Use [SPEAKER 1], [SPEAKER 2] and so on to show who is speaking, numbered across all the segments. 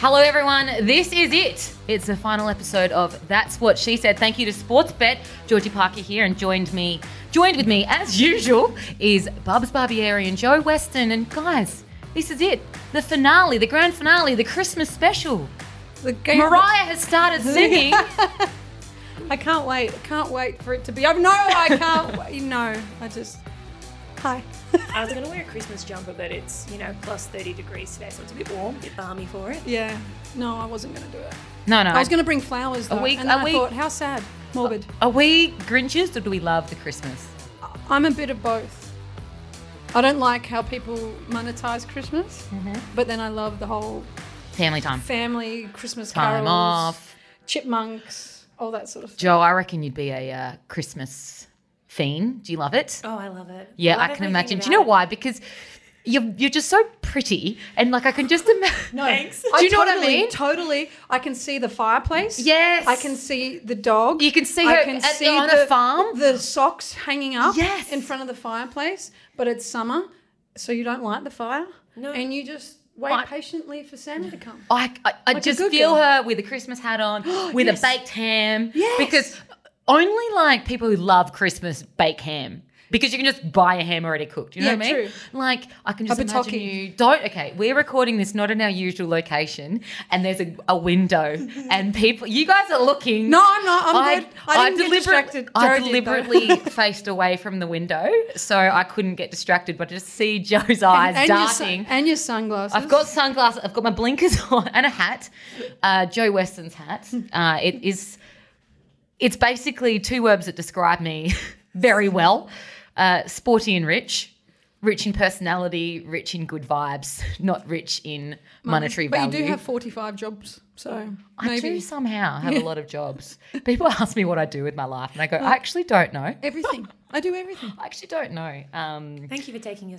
[SPEAKER 1] Hello, everyone. This is it. It's the final episode of That's What She Said. Thank you to Sportsbet. Georgie Parker here, and joined me, joined with me as usual, is Bubs Barbieri and Joe Weston. And guys, this is it. The finale, the grand finale, the Christmas special.
[SPEAKER 2] The game.
[SPEAKER 1] Mariah has started singing.
[SPEAKER 2] I can't wait. Can't wait for it to be. Oh no, I can't. wait. No, I just. Hi.
[SPEAKER 3] I was going to wear a Christmas jumper, but it's, you know, plus 30 degrees today, so it's a bit warm, a bit balmy for it.
[SPEAKER 2] yeah. No, I wasn't going to do it.
[SPEAKER 1] No, no.
[SPEAKER 2] I was going to bring flowers though,
[SPEAKER 1] we-
[SPEAKER 2] and then
[SPEAKER 1] are
[SPEAKER 2] I
[SPEAKER 1] we-
[SPEAKER 2] thought, how sad, morbid.
[SPEAKER 1] Are we Grinches or do we love the Christmas?
[SPEAKER 2] I'm a bit of both. I don't like how people monetize Christmas,
[SPEAKER 1] Mm-hmm.
[SPEAKER 2] but then I love the whole
[SPEAKER 1] Family time.
[SPEAKER 2] family Christmas
[SPEAKER 1] Time
[SPEAKER 2] carols,
[SPEAKER 1] off.
[SPEAKER 2] chipmunks, all that sort of stuff.
[SPEAKER 1] Joe, I reckon you'd be a uh, Christmas fiend. Do you love it?
[SPEAKER 3] Oh, I love it.
[SPEAKER 1] Yeah,
[SPEAKER 3] Love
[SPEAKER 1] I can
[SPEAKER 3] everything
[SPEAKER 1] imagine. Do you
[SPEAKER 3] about
[SPEAKER 1] know
[SPEAKER 3] it.
[SPEAKER 1] why? Because you're you're just so pretty, and like I can just imagine.
[SPEAKER 2] No,
[SPEAKER 3] Thanks.
[SPEAKER 2] I
[SPEAKER 1] Do you know what I
[SPEAKER 2] totally,
[SPEAKER 1] mean?
[SPEAKER 2] Totally. I can see the fireplace.
[SPEAKER 1] Yes.
[SPEAKER 2] I can see the dog.
[SPEAKER 1] You can see
[SPEAKER 2] I
[SPEAKER 1] her
[SPEAKER 2] can
[SPEAKER 1] at-
[SPEAKER 2] see
[SPEAKER 1] on a
[SPEAKER 2] the,
[SPEAKER 1] farm.
[SPEAKER 2] The socks hanging up.
[SPEAKER 1] Yes.
[SPEAKER 2] In front of the fireplace, but it's summer, so you don't light the fire.
[SPEAKER 3] No.
[SPEAKER 2] And you just wait
[SPEAKER 1] I-
[SPEAKER 2] patiently for Santa to come.
[SPEAKER 1] I I, I
[SPEAKER 2] Like a
[SPEAKER 1] just
[SPEAKER 2] good
[SPEAKER 1] feel
[SPEAKER 2] girl.
[SPEAKER 1] her with a Christmas hat on, with a
[SPEAKER 2] Yes.
[SPEAKER 1] baked ham.
[SPEAKER 2] Yes.
[SPEAKER 1] Because only like people who love Christmas bake ham. Because you can just buy a ham already cooked. You know
[SPEAKER 2] Yeah,
[SPEAKER 1] what I mean?
[SPEAKER 2] true.
[SPEAKER 1] Like I can just
[SPEAKER 2] A
[SPEAKER 1] imagine
[SPEAKER 2] bataki.
[SPEAKER 1] you don't. Okay, we're recording this not in our usual location, and there's a, a window, and people. You guys are looking.
[SPEAKER 2] No, I'm not. I'm good. I didn't get
[SPEAKER 1] deliberate-
[SPEAKER 2] distracted.
[SPEAKER 1] I
[SPEAKER 2] Joe did, though.
[SPEAKER 1] deliberately faced away from the window, so I couldn't get distracted. But I just see Joe's eyes
[SPEAKER 2] your,
[SPEAKER 1] darting.
[SPEAKER 2] sun- and your sunglasses.
[SPEAKER 1] I've got sunglasses. I've got my blinkers on and a hat, uh, Joe Weston's hat. Uh, it is. It's basically two words that describe me very well: uh, sporty and rich, rich in personality, rich in good vibes, not rich in monetary
[SPEAKER 2] but
[SPEAKER 1] value.
[SPEAKER 2] you do have 45 jobs, so
[SPEAKER 1] I
[SPEAKER 2] maybe
[SPEAKER 1] do somehow have a lot of jobs. People ask me what I do with my life, and I go,
[SPEAKER 2] Oh.
[SPEAKER 1] I actually don't know.
[SPEAKER 2] everything. I do everything.
[SPEAKER 1] I actually don't know. Um,
[SPEAKER 3] Thank you for taking your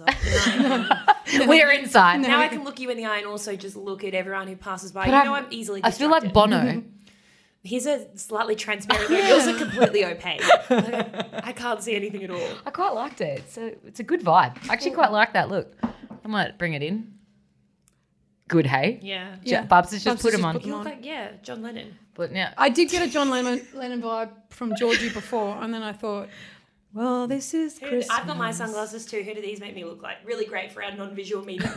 [SPEAKER 3] off. tonight.
[SPEAKER 1] we're inside.
[SPEAKER 3] now I can look you in the eye and also just look at everyone who passes by.
[SPEAKER 1] But
[SPEAKER 3] you know I'm easily
[SPEAKER 1] I feel
[SPEAKER 3] distracted.
[SPEAKER 1] like Bono.
[SPEAKER 3] His are slightly transparent, but yours are completely opaque. Like, I can't see anything at all.
[SPEAKER 1] I quite liked it. It's a, it's a good vibe. I actually quite like that look. I might bring it in. Good, hey?
[SPEAKER 3] Yeah.
[SPEAKER 1] Yeah. Bubs has just
[SPEAKER 2] Bubs
[SPEAKER 1] put
[SPEAKER 2] has
[SPEAKER 1] him
[SPEAKER 2] just
[SPEAKER 1] on.
[SPEAKER 2] put
[SPEAKER 3] You
[SPEAKER 2] them
[SPEAKER 3] look like, yeah, John Lennon.
[SPEAKER 1] But now,
[SPEAKER 2] I did get a John Lennon, Lennon vibe from Georgie before, and then I thought, well, this is
[SPEAKER 3] Who-
[SPEAKER 2] Christmas.
[SPEAKER 3] I've got my sunglasses too. Who do these make me look like? Really great for our non-visual medium.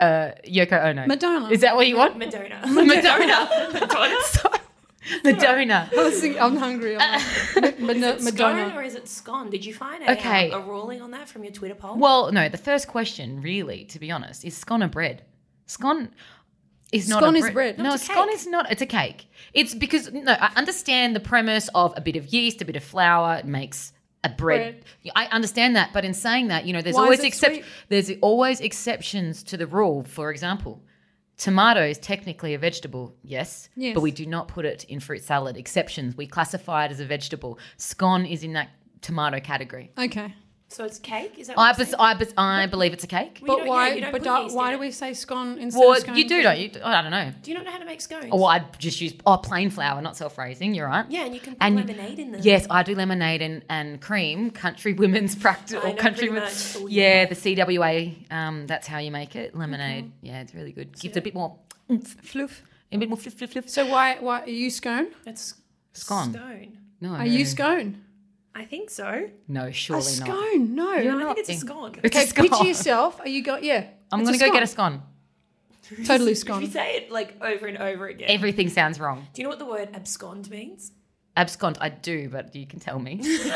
[SPEAKER 1] uh, Yoko Ono.
[SPEAKER 2] Madonna.
[SPEAKER 1] Is that what you want?
[SPEAKER 3] Madonna.
[SPEAKER 1] Madonna.
[SPEAKER 3] Madonna.
[SPEAKER 1] Madonna.
[SPEAKER 2] I was thinking, I'm hungry. I'm hungry. Ma- Ma-
[SPEAKER 3] Madonna. Scone
[SPEAKER 2] Madonna.
[SPEAKER 3] or is it scone? Did you find a,
[SPEAKER 1] Okay.
[SPEAKER 3] okay. a ruling on that from your Twitter poll?
[SPEAKER 1] Well, no, the first question, really, to be honest, is scone a bread? Scone is not
[SPEAKER 2] Scone
[SPEAKER 1] a
[SPEAKER 2] is
[SPEAKER 1] bre-
[SPEAKER 2] bread.
[SPEAKER 1] No,
[SPEAKER 2] No,
[SPEAKER 3] it's a
[SPEAKER 1] scone
[SPEAKER 3] cake.
[SPEAKER 1] is not. It's a cake. It's because no, I understand the premise of a bit of yeast, a bit of flour it makes a bread. I understand that, but in saying that, you know, there's
[SPEAKER 2] Why is
[SPEAKER 1] always
[SPEAKER 2] it
[SPEAKER 1] exceptions.
[SPEAKER 2] sweet?
[SPEAKER 1] There's always exceptions to the rule. For example. Tomato is technically a vegetable, yes,
[SPEAKER 2] Yes.
[SPEAKER 1] but we do not put it in fruit salad. Exceptions, we classify it as a vegetable. Scone is in that tomato category.
[SPEAKER 2] Okay.
[SPEAKER 3] so it's cake? Is that
[SPEAKER 1] I,
[SPEAKER 3] what
[SPEAKER 1] bes- I, bes- I believe it's a cake.
[SPEAKER 3] Well, you
[SPEAKER 2] But
[SPEAKER 3] don't- yeah,
[SPEAKER 2] why?
[SPEAKER 3] you don't
[SPEAKER 2] but
[SPEAKER 3] put
[SPEAKER 2] do,
[SPEAKER 3] yeast
[SPEAKER 2] why
[SPEAKER 3] in
[SPEAKER 2] do
[SPEAKER 3] it.
[SPEAKER 2] we say scone instead
[SPEAKER 1] Well,
[SPEAKER 2] of scone?
[SPEAKER 1] you do, don't you? Oh, I don't know.
[SPEAKER 3] Do you not know how to make scones?
[SPEAKER 1] Or I'd just use oh plain flour, not self raising. You're right.
[SPEAKER 3] Yeah, and you can put
[SPEAKER 1] And-
[SPEAKER 3] lemonade in them.
[SPEAKER 1] Yes, I do lemonade and, and cream, country women's practice
[SPEAKER 3] I
[SPEAKER 1] or
[SPEAKER 3] know
[SPEAKER 1] country
[SPEAKER 3] pretty
[SPEAKER 1] women's.
[SPEAKER 3] much all you
[SPEAKER 1] Yeah, the CWA. Um, that's how you make it. Lemonade.
[SPEAKER 2] Mm-hmm.
[SPEAKER 1] Yeah, it's really good. Gives it a bit more,
[SPEAKER 2] Mm,
[SPEAKER 1] oomph,
[SPEAKER 2] Floof.
[SPEAKER 1] a bit more fluff, fluff, fluff.
[SPEAKER 2] So why? Why are you scone?
[SPEAKER 3] It's
[SPEAKER 1] Scone.
[SPEAKER 3] Scone.
[SPEAKER 1] No,
[SPEAKER 2] Are you scone?
[SPEAKER 3] I think so.
[SPEAKER 1] No,
[SPEAKER 2] A
[SPEAKER 1] surely not.
[SPEAKER 2] scone? No.
[SPEAKER 3] I
[SPEAKER 1] not
[SPEAKER 3] think it's a
[SPEAKER 1] in-
[SPEAKER 3] scone.
[SPEAKER 1] It's
[SPEAKER 2] Okay,
[SPEAKER 1] a scone.
[SPEAKER 2] picture yourself. Are you got? Yeah.
[SPEAKER 1] I'm
[SPEAKER 2] It's
[SPEAKER 1] gonna
[SPEAKER 2] a
[SPEAKER 1] go get a
[SPEAKER 2] scone.
[SPEAKER 1] scone.
[SPEAKER 2] Totally
[SPEAKER 3] If you
[SPEAKER 2] scone.
[SPEAKER 3] say it like over and over again.
[SPEAKER 1] Everything sounds wrong.
[SPEAKER 3] Do you know what the word abscond means?
[SPEAKER 1] Abscond, I do, but you can tell me.
[SPEAKER 3] It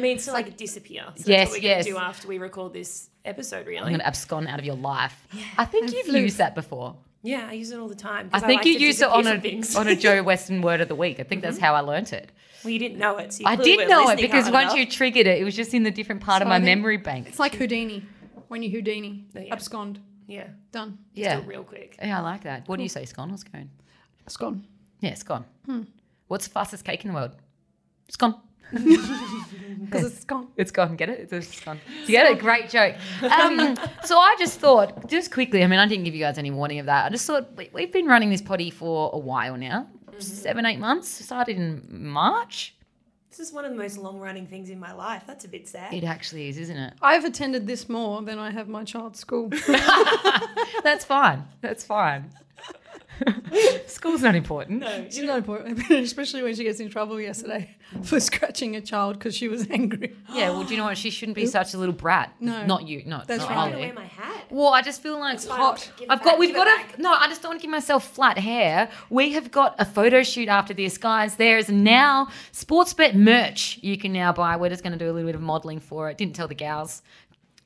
[SPEAKER 3] means to like disappear. So
[SPEAKER 1] Yes,
[SPEAKER 3] that's what we're
[SPEAKER 1] yes.
[SPEAKER 3] gonna do after we record this episode, really.
[SPEAKER 1] I'm going to abscond out of your life. I think
[SPEAKER 2] And
[SPEAKER 1] you've
[SPEAKER 2] floof.
[SPEAKER 1] used that before.
[SPEAKER 3] Yeah, I use it all the time.
[SPEAKER 1] I
[SPEAKER 3] 'cause
[SPEAKER 1] think
[SPEAKER 3] like
[SPEAKER 1] you
[SPEAKER 3] to
[SPEAKER 1] used it on
[SPEAKER 3] disappear
[SPEAKER 1] a
[SPEAKER 3] from things.
[SPEAKER 1] on a Joe Weston word of the week. I think that's how I learnt it.
[SPEAKER 3] well, you didn't know it. So you
[SPEAKER 1] I
[SPEAKER 3] clearly
[SPEAKER 1] did
[SPEAKER 3] weren't
[SPEAKER 1] know it
[SPEAKER 3] listening
[SPEAKER 1] because
[SPEAKER 3] hard
[SPEAKER 1] once
[SPEAKER 3] enough.
[SPEAKER 1] you triggered it, it was just in the different part of
[SPEAKER 2] So
[SPEAKER 1] my
[SPEAKER 2] I think-
[SPEAKER 1] memory bank.
[SPEAKER 2] It's like Houdini when you Houdini
[SPEAKER 3] Oh, yeah.
[SPEAKER 2] abscond.
[SPEAKER 3] yeah,
[SPEAKER 2] Done.
[SPEAKER 3] yeah,
[SPEAKER 1] Yeah,
[SPEAKER 3] real quick.
[SPEAKER 1] yeah, I like that. What do you say, scone or scone?
[SPEAKER 2] Scone.
[SPEAKER 1] Yeah, scone. What's the fastest cake in the world? Scone.
[SPEAKER 2] Because it's scone.
[SPEAKER 1] It's gone. Get it? It's just gone. You get it? Great joke. Um, so I just thought, just quickly, I mean, I didn't give you guys any warning of that. I just thought we, we've been running this potty for a while now, seven, eight months. Started in March,
[SPEAKER 3] This is one of the most long running things in my life. That's a bit sad.
[SPEAKER 1] It actually is, isn't it?
[SPEAKER 2] I've attended this more than I have my child's school.
[SPEAKER 1] That's fine. That's fine. School's not important.
[SPEAKER 3] No,
[SPEAKER 2] She's not important, especially when she gets in trouble yesterday for scratching a child because she was angry.
[SPEAKER 1] Yeah, well, do you know what? She shouldn't be such a little brat.
[SPEAKER 2] No.
[SPEAKER 1] Not you. Not,
[SPEAKER 2] That's
[SPEAKER 1] not
[SPEAKER 2] right.
[SPEAKER 3] I'm
[SPEAKER 1] Holly.
[SPEAKER 3] gonna wear my hat.
[SPEAKER 1] Well, I just feel like
[SPEAKER 3] It's
[SPEAKER 1] it's
[SPEAKER 3] fine.
[SPEAKER 1] hot.
[SPEAKER 3] Give it
[SPEAKER 1] I've
[SPEAKER 3] back.
[SPEAKER 1] got, we've
[SPEAKER 3] Give
[SPEAKER 1] got
[SPEAKER 3] it
[SPEAKER 1] a,
[SPEAKER 3] back.
[SPEAKER 1] no, I just don't want to give myself flat hair. We have got a photo shoot after this, guys. There is now sports bet merch you can now buy. We're just going to do a little bit of modeling for it. Didn't tell the gals.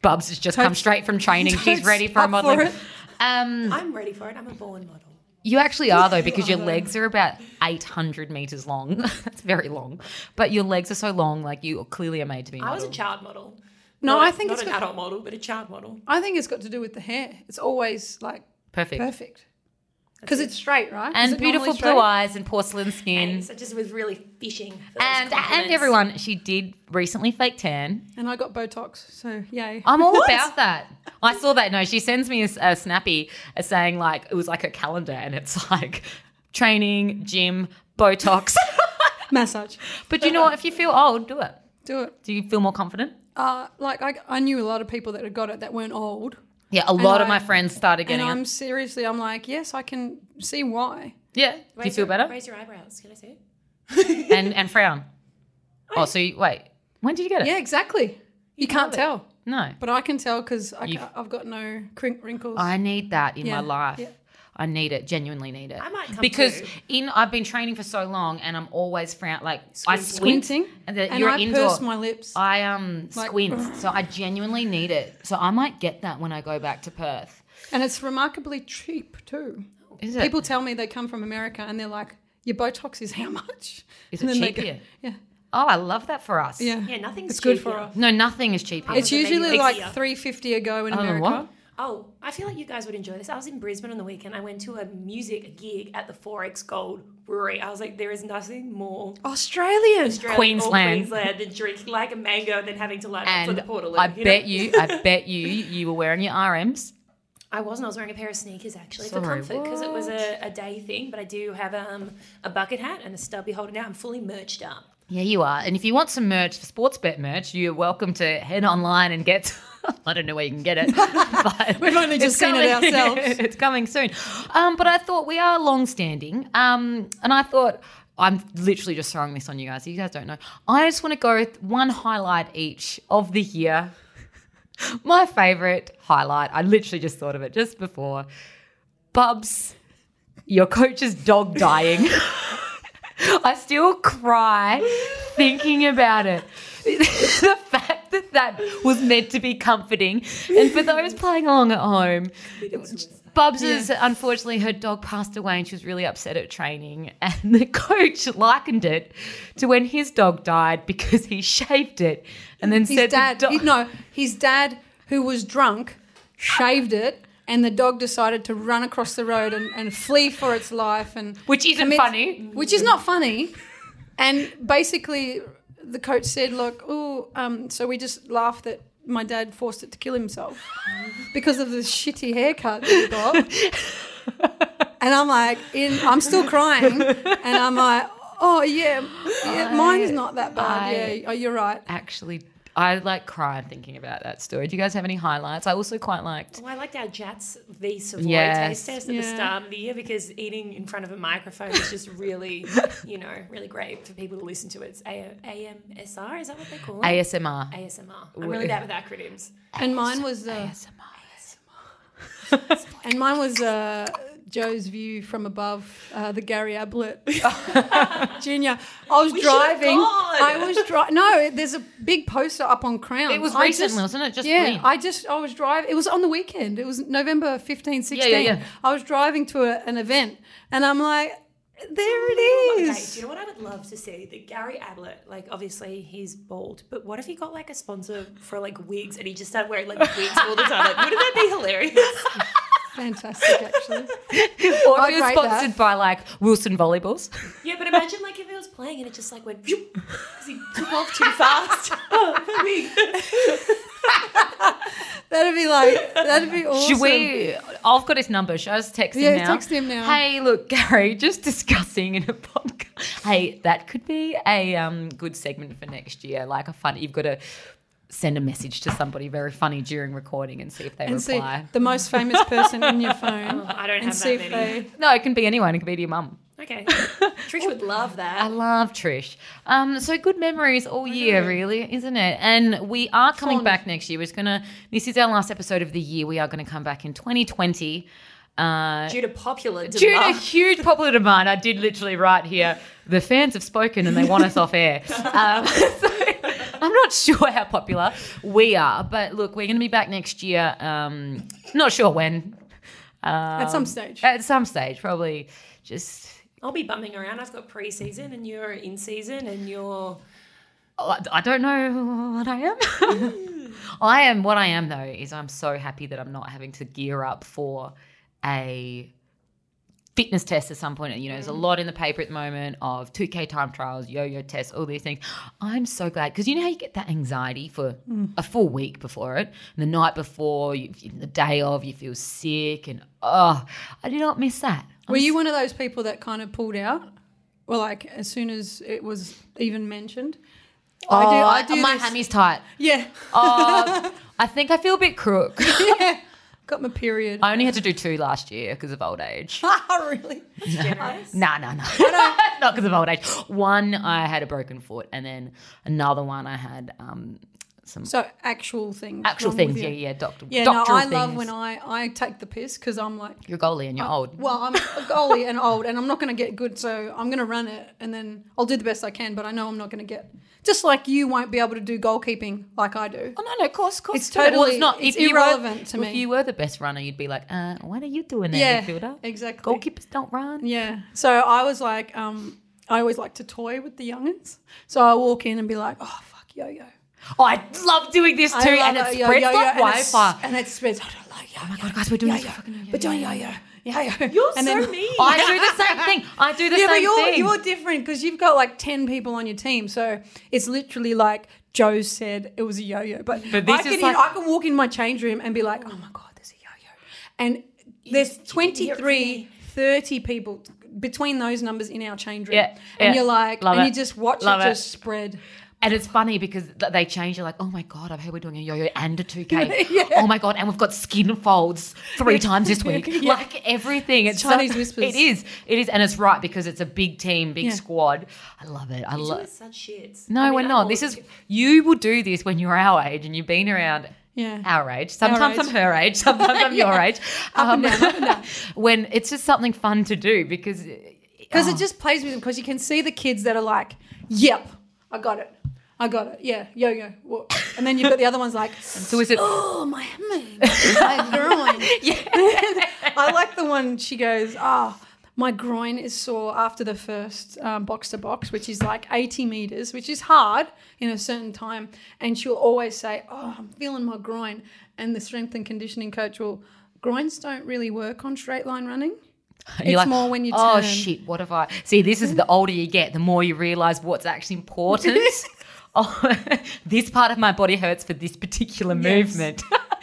[SPEAKER 1] Bubs has just come straight from training. She's
[SPEAKER 2] Don't
[SPEAKER 1] ready for a
[SPEAKER 2] stop for
[SPEAKER 1] modeling.
[SPEAKER 2] it.
[SPEAKER 1] um,
[SPEAKER 3] I'm ready for it. I'm a born model.
[SPEAKER 1] you actually are though,
[SPEAKER 2] You
[SPEAKER 1] because your
[SPEAKER 2] are.
[SPEAKER 1] legs are about 800 meters long. That's very long, but your legs are so long, like you clearly are made to be.
[SPEAKER 3] I was a
[SPEAKER 1] model.
[SPEAKER 3] child model.
[SPEAKER 2] No,
[SPEAKER 3] Not-
[SPEAKER 2] I think
[SPEAKER 3] not
[SPEAKER 2] it's
[SPEAKER 3] an
[SPEAKER 2] got-
[SPEAKER 3] adult model, but a child model.
[SPEAKER 2] I think it's got to do with the hair. It's always like
[SPEAKER 1] perfect.
[SPEAKER 2] perfect because it's straight, right? Is
[SPEAKER 1] And
[SPEAKER 2] it normally
[SPEAKER 1] beautiful
[SPEAKER 2] straight?
[SPEAKER 1] blue eyes and porcelain skin.
[SPEAKER 3] And so just was really fishing. For those
[SPEAKER 1] and and
[SPEAKER 3] compliments.
[SPEAKER 1] everyone, she did recently fake tan.
[SPEAKER 2] And I got Botox, so yay.
[SPEAKER 1] I'm all about that. I saw that. No, she sends me a, s- a snappy uh, saying like it was like a calendar, and it's like training, gym, Botox.
[SPEAKER 2] Massage,
[SPEAKER 1] but you know what? If you feel old, do it.
[SPEAKER 2] do it.
[SPEAKER 1] Do you feel more confident?
[SPEAKER 2] Uh, like I, I knew a lot of people that had got it that weren't old,
[SPEAKER 1] Yeah, a lot of
[SPEAKER 2] I-
[SPEAKER 1] my friends started
[SPEAKER 2] and
[SPEAKER 1] getting
[SPEAKER 2] I'm
[SPEAKER 1] it.
[SPEAKER 2] seriously, I'm like, yes, I can see why.
[SPEAKER 1] Yeah, do you
[SPEAKER 3] Raise
[SPEAKER 1] feel
[SPEAKER 3] your-
[SPEAKER 1] better?
[SPEAKER 3] Raise your eyebrows. Can I see it?
[SPEAKER 1] And and frown. Oh, so you, wait, when did you get it?
[SPEAKER 2] Yeah, exactly. You, can't
[SPEAKER 3] it.
[SPEAKER 2] tell,
[SPEAKER 1] No,
[SPEAKER 2] but I can tell because
[SPEAKER 1] You-
[SPEAKER 2] I've got no crink wrinkles.
[SPEAKER 1] I need that in
[SPEAKER 2] Yeah,
[SPEAKER 1] my life.
[SPEAKER 2] yeah.
[SPEAKER 1] I need it, genuinely need it.
[SPEAKER 3] I might come
[SPEAKER 1] because
[SPEAKER 3] too.
[SPEAKER 1] in I've been training for so long and I'm always frown like I squint
[SPEAKER 2] Squinting,
[SPEAKER 1] and, the,
[SPEAKER 2] and
[SPEAKER 1] you're
[SPEAKER 2] I
[SPEAKER 1] indoor.
[SPEAKER 2] purse my lips.
[SPEAKER 1] I um
[SPEAKER 2] Like-
[SPEAKER 1] squint, so I genuinely need it. So I might get that when I go back to Perth.
[SPEAKER 2] And it's remarkably cheap too.
[SPEAKER 1] Is it?
[SPEAKER 2] People tell me they come from America and they're like, your Botox is how much?
[SPEAKER 1] Is
[SPEAKER 2] And
[SPEAKER 1] it
[SPEAKER 2] then they
[SPEAKER 1] cheap
[SPEAKER 2] go-
[SPEAKER 1] here?
[SPEAKER 2] Yeah.
[SPEAKER 1] oh, I love that for us.
[SPEAKER 2] Yeah.
[SPEAKER 3] Yeah, nothing's
[SPEAKER 2] It's good
[SPEAKER 3] cheap
[SPEAKER 2] for
[SPEAKER 3] here.
[SPEAKER 2] us.
[SPEAKER 1] No, nothing is cheap here.
[SPEAKER 2] It's
[SPEAKER 3] Other than
[SPEAKER 2] usually
[SPEAKER 3] maybe
[SPEAKER 2] like
[SPEAKER 3] Ikea.
[SPEAKER 2] 350 a go in
[SPEAKER 1] Other than
[SPEAKER 2] America.
[SPEAKER 1] what?
[SPEAKER 3] Oh, I feel like you guys would enjoy this. I was in Brisbane on the weekend. I went to a music gig at the Forex Gold Brewery. I was like, there is nothing more
[SPEAKER 2] Australian.
[SPEAKER 3] Australian
[SPEAKER 1] Queensland.
[SPEAKER 3] or Queensland than drinking like a mango than having to line up
[SPEAKER 1] And
[SPEAKER 3] for the portal.
[SPEAKER 1] I bet you, I bet you, you were wearing your RMs.
[SPEAKER 3] I wasn't. I was wearing a pair of sneakers actually for
[SPEAKER 1] Sorry,
[SPEAKER 3] comfort because it was a, a day thing. But I do have um, a bucket hat and a stubby holding out. I'm fully merched up.
[SPEAKER 1] Yeah, you are. And if you want some merch, sports bet merch, you're welcome to head online and get. I don't know where you can get it. But
[SPEAKER 2] We've only
[SPEAKER 1] it's
[SPEAKER 2] just seen it
[SPEAKER 1] coming-
[SPEAKER 2] ourselves.
[SPEAKER 1] it's coming soon. Um, but I thought we are long-standing, um, and I thought I'm literally just throwing this on you guys. You guys don't know. I just want to go with one highlight each of the year. My favorite highlight. I literally just thought of it just before. Bubs, your coach's dog dying. I still cry thinking about it. the fact that that was meant to be comforting. And for those playing along at home, Bubs is unfortunately her dog passed away and she was really upset at training. And the coach likened it to when his dog died because he shaved it and then
[SPEAKER 2] His
[SPEAKER 1] said, the
[SPEAKER 2] dad,
[SPEAKER 1] dog-
[SPEAKER 2] he- no, his dad, who was drunk, shaved it. And the dog decided to run across the road and, and flee for its life, and
[SPEAKER 1] Which isn't
[SPEAKER 2] commit-
[SPEAKER 1] funny.
[SPEAKER 2] which is not funny. And basically, the coach said, "Look, oh, um, so we just laughed that my dad forced it to kill himself because of the shitty haircut that he got." and I'm like, in, I'm still crying, and I'm like, "Oh yeah, yeah mine's not that bad.
[SPEAKER 1] I-
[SPEAKER 2] yeah, oh, you're right."
[SPEAKER 1] actually I like crying thinking about that story. Do you guys have any highlights? I also quite liked
[SPEAKER 3] Well, Oh, I liked our Jats v Savoy
[SPEAKER 1] Yes.
[SPEAKER 3] taste test at
[SPEAKER 2] Yeah.
[SPEAKER 3] the start of the year because eating in front of a microphone is just really, you know, really great for people to listen to. It's A- AMSR, is that what they call it?
[SPEAKER 1] ASMR.
[SPEAKER 3] ASMR. I'm really bad with acronyms.
[SPEAKER 2] And mine was uh,
[SPEAKER 1] ASMR.
[SPEAKER 2] and mine was uh, Joe's view from above uh, the Gary Ablett Junior. I was
[SPEAKER 3] should have
[SPEAKER 2] driving.
[SPEAKER 3] gone.
[SPEAKER 2] I was driving. No, there's a big poster up on Crown.
[SPEAKER 1] It was
[SPEAKER 2] I
[SPEAKER 1] recently,
[SPEAKER 2] just-
[SPEAKER 1] wasn't it? Just
[SPEAKER 2] yeah,
[SPEAKER 1] yeah,
[SPEAKER 2] I just I was driving. It was on the weekend. It was November 15, 16.
[SPEAKER 1] yeah.
[SPEAKER 2] I was driving to a, an event, and I'm like, there
[SPEAKER 1] Oh,
[SPEAKER 2] it
[SPEAKER 3] Okay,
[SPEAKER 2] is.
[SPEAKER 3] do you know what I would love to see? That Gary Ablett, like obviously he's bald, but what if he got like a sponsor for like wigs and he just started wearing like wigs all the time? Like, wouldn't that be hilarious?
[SPEAKER 2] Fantastic, actually.
[SPEAKER 1] or
[SPEAKER 2] I'd
[SPEAKER 1] if it was
[SPEAKER 2] rate
[SPEAKER 1] sponsored
[SPEAKER 2] that.
[SPEAKER 1] by like Wilson Volleyballs.
[SPEAKER 3] Yeah, but imagine like if it was playing and it just like went because he took off too fast.
[SPEAKER 2] That'd be like that'd be awesome.
[SPEAKER 1] Should we? I've got his number. Should I just text
[SPEAKER 2] Yeah,
[SPEAKER 1] him now?
[SPEAKER 2] text him now.
[SPEAKER 1] Hey, look, Gary, just discussing in a podcast. Hey, that could be a um, good segment for next year. Like a fun. You've got to send a message to somebody very funny during recording and see if they
[SPEAKER 2] and see
[SPEAKER 1] reply.
[SPEAKER 2] the most famous person in your phone
[SPEAKER 3] Oh, I don't
[SPEAKER 2] and
[SPEAKER 3] have
[SPEAKER 2] see
[SPEAKER 3] that
[SPEAKER 2] if
[SPEAKER 3] many.
[SPEAKER 2] they
[SPEAKER 1] no, it can be anyone. It can be your mum.
[SPEAKER 3] Okay. Trish would love
[SPEAKER 1] I
[SPEAKER 3] that.
[SPEAKER 1] love Trish. Um, so good memories all year, really, isn't it? And we are coming
[SPEAKER 2] Fond.
[SPEAKER 1] back next year. We're just gonna. This is our last episode of the year. We are going to come back in 2020. Uh,
[SPEAKER 3] Due to popular demand.
[SPEAKER 1] Due to huge popular demand, I did literally write here, the fans have spoken and they want us off air. Um, so I'm not sure how popular we are, but look, we're going to be back next year. Um, not sure when.
[SPEAKER 2] at
[SPEAKER 1] Um,
[SPEAKER 2] some stage.
[SPEAKER 1] At some stage, probably just.
[SPEAKER 3] I'll be bumming around. I've got pre-season and you're in season and you're
[SPEAKER 1] oh, I- I don't know what I am. I am what I am though is I'm so happy that I'm not having to gear up for a fitness test at some point. You know, there's a
[SPEAKER 2] Mm.
[SPEAKER 1] lot in the paper at the moment of 2K time trials, yo-yo tests, all these things. I'm so glad because you know how you get that anxiety for
[SPEAKER 2] Mm.
[SPEAKER 1] a full week before it, and the night before, you, the day of, you feel sick, and oh, I do not miss that.
[SPEAKER 2] Were you one of those people that kind of pulled out? Well, like as soon as it was even mentioned.
[SPEAKER 1] Oh,
[SPEAKER 2] I do. I do.
[SPEAKER 1] my
[SPEAKER 2] this-
[SPEAKER 1] hammy's tight.
[SPEAKER 2] Yeah.
[SPEAKER 1] Oh, I think I feel a bit crook.
[SPEAKER 2] yeah. Got my period.
[SPEAKER 1] I only had to do two last year because of old age.
[SPEAKER 2] Ah, really?
[SPEAKER 3] generous.
[SPEAKER 1] No, no, no. Not because of old age. One, I had a broken foot, and then another one, I had um, some
[SPEAKER 2] So actual things.
[SPEAKER 1] actual
[SPEAKER 2] wrong with
[SPEAKER 1] things.
[SPEAKER 2] you.
[SPEAKER 1] Yeah, yeah, doctor.
[SPEAKER 2] Yeah, no,
[SPEAKER 1] doctoral
[SPEAKER 2] I love
[SPEAKER 1] things.
[SPEAKER 2] when I, Oh, I take the piss because I'm like,
[SPEAKER 1] You're a goalie and you're old.
[SPEAKER 2] well, I'm a goalie and old and I'm not going to get good, so I'm going to run it and then I'll do the best I can, but I know I'm not going to get. Just like you won't be able to do goalkeeping like I do.
[SPEAKER 1] Oh no, no, of course, of course.
[SPEAKER 2] It's totally- it's
[SPEAKER 1] you were-
[SPEAKER 2] irrelevant to
[SPEAKER 1] If
[SPEAKER 2] me.
[SPEAKER 1] you were the best runner, you'd be like, uh, "What are you doing there,
[SPEAKER 2] Yeah,
[SPEAKER 1] midfielder?
[SPEAKER 2] exactly.
[SPEAKER 1] Goalkeepers don't run."
[SPEAKER 2] Yeah. So I was like, um, I always like to toy with the youngins. So I walk in and be like, oh, fuck, yo yo.
[SPEAKER 1] Oh, I love doing this too,
[SPEAKER 2] I
[SPEAKER 1] and
[SPEAKER 2] love
[SPEAKER 1] it spreads like
[SPEAKER 2] and it's-
[SPEAKER 1] wildfire.
[SPEAKER 2] And it spreads. I don't like yo. Oh my
[SPEAKER 1] God, guys, we're doing
[SPEAKER 2] yo,
[SPEAKER 1] this
[SPEAKER 2] yo.
[SPEAKER 1] fucking yo-yo.
[SPEAKER 2] We're doing yo yo. Yo yo.
[SPEAKER 3] You're
[SPEAKER 2] and
[SPEAKER 3] so
[SPEAKER 2] then-
[SPEAKER 3] mean.
[SPEAKER 1] I do the same thing. I do the
[SPEAKER 2] yeah, but
[SPEAKER 1] same
[SPEAKER 2] you're
[SPEAKER 1] thing.
[SPEAKER 2] you're different because you've got like ten people on your team, so it's literally like Joe said it was a yo-yo. But,
[SPEAKER 1] But
[SPEAKER 2] I
[SPEAKER 1] this
[SPEAKER 2] can
[SPEAKER 1] is
[SPEAKER 2] you
[SPEAKER 1] like-
[SPEAKER 2] know, I can walk in my change room and be like, oh my god, there's a yo-yo, and there's
[SPEAKER 3] just- you can hear it
[SPEAKER 2] 23, 30 people between those numbers in our change room,
[SPEAKER 1] Yeah, yeah.
[SPEAKER 2] and you're like,
[SPEAKER 1] Love
[SPEAKER 2] and
[SPEAKER 1] it.
[SPEAKER 2] you just watch
[SPEAKER 1] Love
[SPEAKER 2] it
[SPEAKER 1] it.
[SPEAKER 2] just spread.
[SPEAKER 1] And it's funny because th- they change. You're like, oh my god, I've heard we're doing a yo-yo and a two K.
[SPEAKER 2] Yeah.
[SPEAKER 1] Oh my god, and we've got skin folds three times this week.
[SPEAKER 2] Yeah.
[SPEAKER 1] Like everything, it's
[SPEAKER 2] Chinese
[SPEAKER 1] so-
[SPEAKER 2] whispers.
[SPEAKER 1] It is, it is, and it's right because it's a big team, big
[SPEAKER 2] Yeah.
[SPEAKER 1] squad. I love it. I
[SPEAKER 3] You're
[SPEAKER 1] love.
[SPEAKER 3] such shits.
[SPEAKER 1] No,
[SPEAKER 3] I mean,
[SPEAKER 1] we're
[SPEAKER 3] I'm
[SPEAKER 1] not.
[SPEAKER 3] all-
[SPEAKER 1] This is you will do this when you're our age and you've been around.
[SPEAKER 2] Yeah.
[SPEAKER 1] Our age. Sometimes
[SPEAKER 2] age.
[SPEAKER 1] I'm her age. Sometimes I'm your age. Um,
[SPEAKER 2] and down, up
[SPEAKER 1] when it's just something fun to do because
[SPEAKER 2] Because it just plays with them. Because you can see the kids that are like, "Yep, I got it, I got it." Yeah, yo yo. Whoa. And then you've got the other ones like,
[SPEAKER 1] so is it
[SPEAKER 2] "Oh my hemming, my groin." I like the one she goes, "Oh, my groin is sore after the first um, box to box, which is like eighty meters, which is hard in a certain time." And she'll always say, "Oh, I'm feeling my groin," and the strength and conditioning coach will. Groins don't really work on straight line running.
[SPEAKER 1] And you're
[SPEAKER 2] It's more when you
[SPEAKER 1] oh
[SPEAKER 2] turn."
[SPEAKER 1] shit, what have I? See, this is the older you get, the more you realize what's actually important. oh, this part of my body hurts for this particular movement.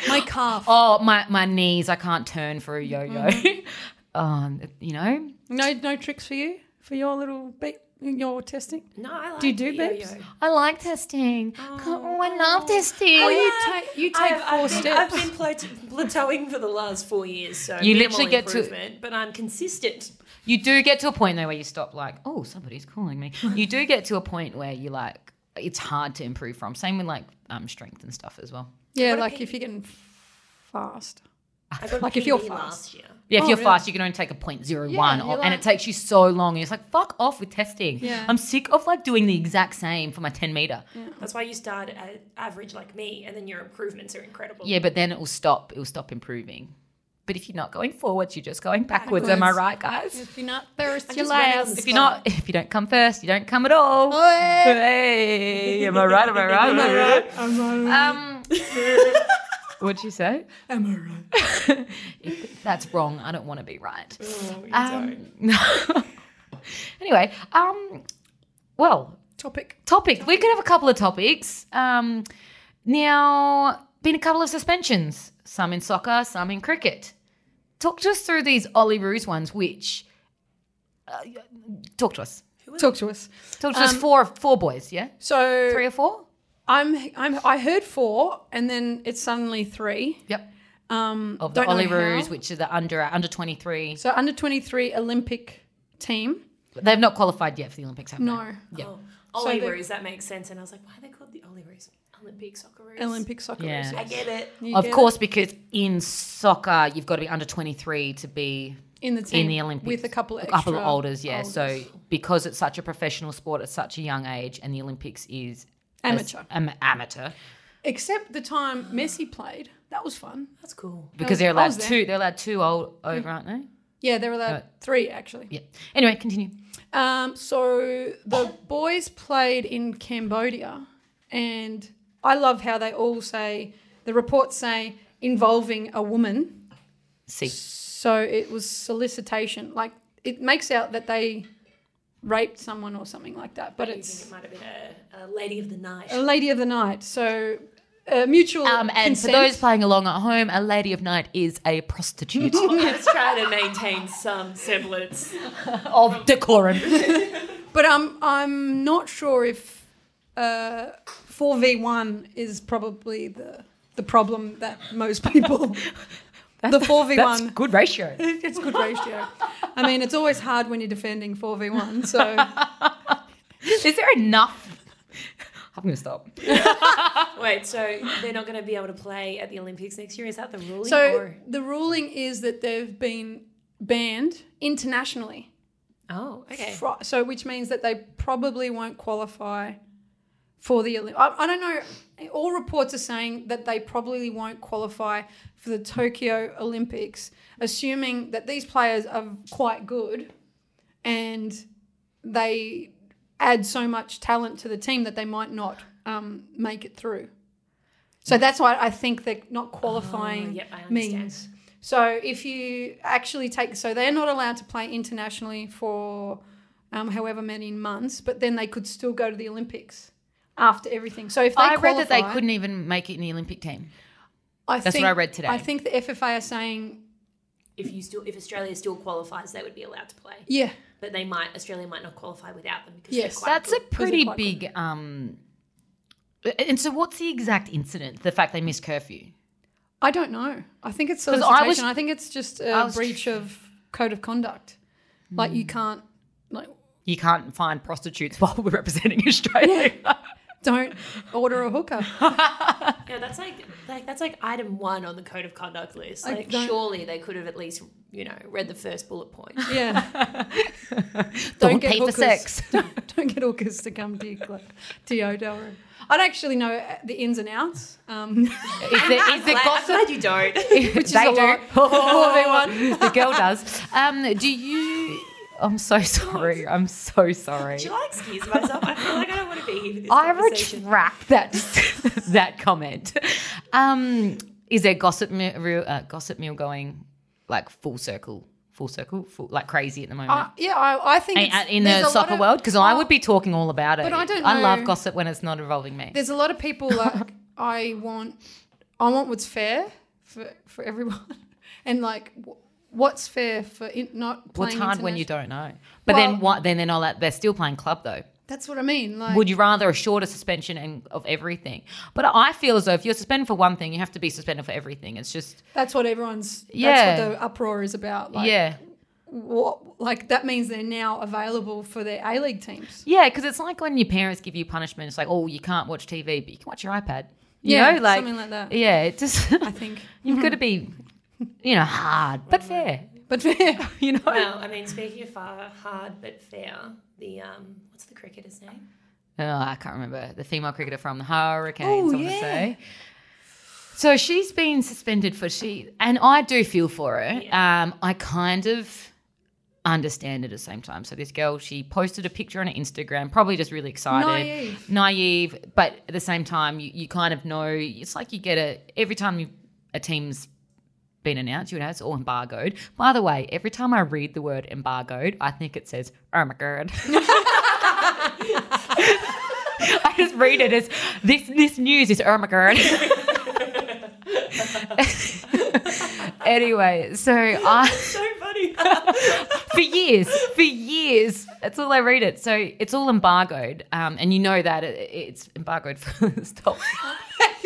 [SPEAKER 2] My calf.
[SPEAKER 1] oh, my my knees, I can't turn for a yo-yo.
[SPEAKER 2] Mm-hmm.
[SPEAKER 1] um, you know,
[SPEAKER 2] No, no tricks for you for your little beep, your testing.
[SPEAKER 3] No, I like
[SPEAKER 2] Do you do
[SPEAKER 3] yo-yo.
[SPEAKER 2] babes?
[SPEAKER 1] I like testing. Oh, I love testing.
[SPEAKER 2] Oh, you take you
[SPEAKER 3] I
[SPEAKER 2] take
[SPEAKER 3] have,
[SPEAKER 2] 4
[SPEAKER 3] I've, been, I've
[SPEAKER 2] steps.
[SPEAKER 3] been plate- plateauing for the last four years, so
[SPEAKER 1] You
[SPEAKER 3] minimal
[SPEAKER 1] literally get to-
[SPEAKER 3] improvement, but I'm consistent.
[SPEAKER 1] You do get to a point though where you stop like, oh, somebody's calling me. You do get to a point where you like it's hard to improve from. Same with like um, strength and stuff as well.
[SPEAKER 2] yeah,
[SPEAKER 3] What a
[SPEAKER 2] like
[SPEAKER 3] pig.
[SPEAKER 2] if you're getting fast.
[SPEAKER 3] I got
[SPEAKER 2] Like,
[SPEAKER 3] a
[SPEAKER 2] if you're
[SPEAKER 3] PB
[SPEAKER 2] fast.
[SPEAKER 3] last year.
[SPEAKER 1] Yeah, if
[SPEAKER 2] Oh,
[SPEAKER 1] you're
[SPEAKER 2] really?
[SPEAKER 1] fast, you can only take a point zero one,
[SPEAKER 2] Yeah,
[SPEAKER 1] off,
[SPEAKER 2] you're
[SPEAKER 1] and
[SPEAKER 2] like-
[SPEAKER 1] it takes you so long. And it's like fuck off with testing.
[SPEAKER 2] Yeah.
[SPEAKER 1] I'm sick of like doing the exact same for my ten meter. Yeah.
[SPEAKER 3] That's why you start at average like me, and then your improvements are incredible.
[SPEAKER 1] but then it will stop. It will stop improving. But if you're not going forwards, you're just going backwards. Am I
[SPEAKER 2] Backwards.
[SPEAKER 1] right, guys?
[SPEAKER 2] If you're not first,
[SPEAKER 3] I'm
[SPEAKER 2] you're
[SPEAKER 3] just running on
[SPEAKER 2] last.
[SPEAKER 3] the
[SPEAKER 1] If you're not, if you don't come first, you don't come at all. Hey, am I right? Am I right? Am I right?
[SPEAKER 2] Am I
[SPEAKER 1] Um, what'd you say?
[SPEAKER 2] Am
[SPEAKER 1] If that's wrong. I don't want to be right.
[SPEAKER 3] Oh, you don't.
[SPEAKER 1] Um, anyway, um, well,
[SPEAKER 2] Topic.
[SPEAKER 1] topic. We could have a couple of topics. Um, now, been a couple of suspensions, some in soccer, some in cricket. Talk to us through these Ollie Roos ones, which. Uh, talk to us.
[SPEAKER 2] Talk to us.
[SPEAKER 1] Talk to us. Four, four boys, yeah?
[SPEAKER 2] Um, So
[SPEAKER 1] Three or four?
[SPEAKER 2] I'm, I'm, I heard four, and then it's suddenly three.
[SPEAKER 1] Yep.
[SPEAKER 2] Um,
[SPEAKER 1] Of the
[SPEAKER 2] don't know
[SPEAKER 1] Ollie Roos,
[SPEAKER 2] how.
[SPEAKER 1] which are the under uh, under 23.
[SPEAKER 2] So under 23 Olympic team.
[SPEAKER 1] They've not qualified yet for the Olympics, have they?
[SPEAKER 2] No.
[SPEAKER 1] Yeah.
[SPEAKER 3] Oh, Ollie
[SPEAKER 2] they-
[SPEAKER 3] Roos, that makes sense. And I was like, why are they called the Ollie Roos? Olympic soccer Roos.
[SPEAKER 2] Olympic soccer.
[SPEAKER 1] Yeah.
[SPEAKER 2] is-
[SPEAKER 3] I get it.
[SPEAKER 2] you
[SPEAKER 1] Of
[SPEAKER 2] get
[SPEAKER 1] course, because in soccer, you've got to be under 23 to be
[SPEAKER 2] it. in the team
[SPEAKER 1] in the Olympics.
[SPEAKER 2] with a couple of
[SPEAKER 1] a couple of
[SPEAKER 2] extra
[SPEAKER 1] olders, yeah. So
[SPEAKER 2] olders.
[SPEAKER 1] because it's such a professional sport at such a young age, and the Olympics is as-
[SPEAKER 2] Amateur.
[SPEAKER 1] am- amateur,
[SPEAKER 2] except the time Messi played, that was fun.
[SPEAKER 3] That's cool.
[SPEAKER 1] because
[SPEAKER 2] was-
[SPEAKER 1] they're
[SPEAKER 2] I
[SPEAKER 1] allowed
[SPEAKER 2] was there.
[SPEAKER 1] two. They're allowed two old over, aren't they?
[SPEAKER 2] Yeah, they were allowed
[SPEAKER 1] Uh,
[SPEAKER 2] three actually.
[SPEAKER 1] Yeah. Anyway, continue.
[SPEAKER 2] Um, so the boys played in Cambodia, and I love how they all say the reports say involving a woman.
[SPEAKER 1] See,
[SPEAKER 2] So it was solicitation. Like it makes out that they raped someone or something like that, but
[SPEAKER 3] I think
[SPEAKER 2] it's
[SPEAKER 3] it might have been a, a lady of the night.
[SPEAKER 2] a lady of the night. So uh, mutual
[SPEAKER 1] um, and
[SPEAKER 2] consent.
[SPEAKER 1] for those playing along at home, a lady of night is a prostitute
[SPEAKER 3] Let's try to maintain some semblance.
[SPEAKER 1] of decorum.
[SPEAKER 2] but um, I'm not sure if uh, four v one is probably the the problem that most people. the four v
[SPEAKER 1] That's
[SPEAKER 2] one.
[SPEAKER 1] good ratio.
[SPEAKER 2] It's good ratio. I mean, it's always hard when you're defending four v one. So
[SPEAKER 1] Is there enough? I'm gonna stop.
[SPEAKER 3] Wait, so they're not going to be able to play at the Olympics next year? Is that the ruling?
[SPEAKER 2] so
[SPEAKER 3] or-
[SPEAKER 2] the ruling is that they've been banned internationally.
[SPEAKER 3] oh, okay.
[SPEAKER 2] Fro- so which means that they probably won't qualify for the Olympics. I, I don't know. All reports are saying that they probably won't qualify for the Tokyo Olympics, assuming that these players are quite good and they add so much talent to the team that they might not um, make it through. So that's why I think they're not qualifying
[SPEAKER 1] Oh,
[SPEAKER 3] yep, I understand.
[SPEAKER 2] means. So if you actually take, so they're not allowed to play internationally for um, however many months, but then they could still go to the Olympics after everything. So if they
[SPEAKER 1] I read that they
[SPEAKER 2] qualify-
[SPEAKER 1] couldn't even make it in the Olympic team.
[SPEAKER 2] I
[SPEAKER 1] That's what
[SPEAKER 2] think-
[SPEAKER 1] I read today.
[SPEAKER 2] I think the FFA are saying,
[SPEAKER 3] If you still, if Australia still qualifies, they would be allowed to play.
[SPEAKER 2] yeah,
[SPEAKER 3] But they might, Australia might not qualify without them because
[SPEAKER 2] Yes,
[SPEAKER 3] they're quite
[SPEAKER 1] That's a
[SPEAKER 3] good.
[SPEAKER 1] pretty
[SPEAKER 2] quite good.
[SPEAKER 1] big. Um, and so, what's the exact incident? The fact they missed curfew.
[SPEAKER 2] I don't know. I think it's
[SPEAKER 1] 'Cause I
[SPEAKER 2] solicitation. I,
[SPEAKER 1] was-
[SPEAKER 2] think it's just
[SPEAKER 1] I
[SPEAKER 2] a
[SPEAKER 1] was- Hmm.
[SPEAKER 2] breach of code of conduct. Like you can't, like
[SPEAKER 1] You can't find prostitutes while we're representing Australia.
[SPEAKER 2] don't order a hooker.
[SPEAKER 3] Yeah, that's like like that's like item one on the code of conduct list.
[SPEAKER 2] I
[SPEAKER 3] Like
[SPEAKER 2] don't-
[SPEAKER 3] surely they could have at least you know read the first bullet point.
[SPEAKER 2] Yeah,
[SPEAKER 1] Don't,
[SPEAKER 2] get
[SPEAKER 1] pay
[SPEAKER 2] hookers.
[SPEAKER 1] for sex.
[SPEAKER 2] don't, don't get hookers to come to your club, to your hotel room. I don't actually know uh, the ins and outs. Um,
[SPEAKER 1] Is there, is there
[SPEAKER 3] Glad- I'm
[SPEAKER 1] gossip?
[SPEAKER 3] glad you don't.
[SPEAKER 1] Which
[SPEAKER 2] is a lot
[SPEAKER 1] Oh, the girl does. Um, do you? I'm so sorry. I'm so sorry.
[SPEAKER 3] Should I excuse myself? I feel like I don't want to be here for this
[SPEAKER 1] I
[SPEAKER 3] conversation.
[SPEAKER 1] retract that that comment. Um, is there gossip me- real, uh, gossip meal going like full circle, full circle, full, like crazy at the moment?
[SPEAKER 2] uh, yeah, I, I think
[SPEAKER 1] in,
[SPEAKER 2] it's-
[SPEAKER 1] in
[SPEAKER 2] there's a
[SPEAKER 1] the
[SPEAKER 2] lot
[SPEAKER 1] soccer
[SPEAKER 2] of-
[SPEAKER 1] world, because I
[SPEAKER 2] oh,
[SPEAKER 1] would be talking all about it.
[SPEAKER 2] But I don't
[SPEAKER 1] I love
[SPEAKER 2] know-
[SPEAKER 1] gossip when it's not involving me.
[SPEAKER 2] There's a lot of people like I want. I want what's fair for for everyone, and like wh- what's fair for in, not
[SPEAKER 1] Well,
[SPEAKER 2] playing.
[SPEAKER 1] it's hard when you
[SPEAKER 2] international-
[SPEAKER 1] don't know. But then
[SPEAKER 2] Well-
[SPEAKER 1] what? Then they're not. Like, they're still playing club though.
[SPEAKER 2] That's what I mean. Like,
[SPEAKER 1] Would you rather a shorter suspension and of everything? But I feel as though if you're suspended for one thing, you have to be suspended for everything. It's just
[SPEAKER 2] that's what everyone's. That's
[SPEAKER 1] Yeah.
[SPEAKER 2] what the uproar is about. Like,
[SPEAKER 1] yeah,
[SPEAKER 2] What, like that means they're now available for their A League teams.
[SPEAKER 1] yeah. Because it's like when your parents give you punishment. It's like oh, you can't watch TV, but you can watch your iPad. You
[SPEAKER 2] yeah,
[SPEAKER 1] know, like
[SPEAKER 2] something like that.
[SPEAKER 1] yeah, it just
[SPEAKER 2] I think.
[SPEAKER 1] you've got to be you know hard but fair.
[SPEAKER 2] But fair.
[SPEAKER 1] You know,
[SPEAKER 3] Well, I mean, speaking of far, hard but fair, the um, what's the cricketer's name?
[SPEAKER 1] oh, I can't remember the female cricketer from the Hurricanes. I
[SPEAKER 2] Oh,
[SPEAKER 1] want
[SPEAKER 2] yeah.
[SPEAKER 1] to say. So she's been suspended for she, and I do feel for her. Um, I kind of understand it at the same time. So this girl, she posted a picture on her Instagram, probably just really excited,
[SPEAKER 2] Naive.
[SPEAKER 1] naive, but at the same time, you, you kind of know. It's like you get a every time you, a team's been announced, you know, it's all embargoed. By the way, every time I read the word embargoed, I think it says, oh my God. I just read it as this this news is oh my God. anyway, so I
[SPEAKER 3] so funny.
[SPEAKER 1] for years, for years. That's all I read it. So it's all embargoed, um, and you know that it, it's embargoed for this top.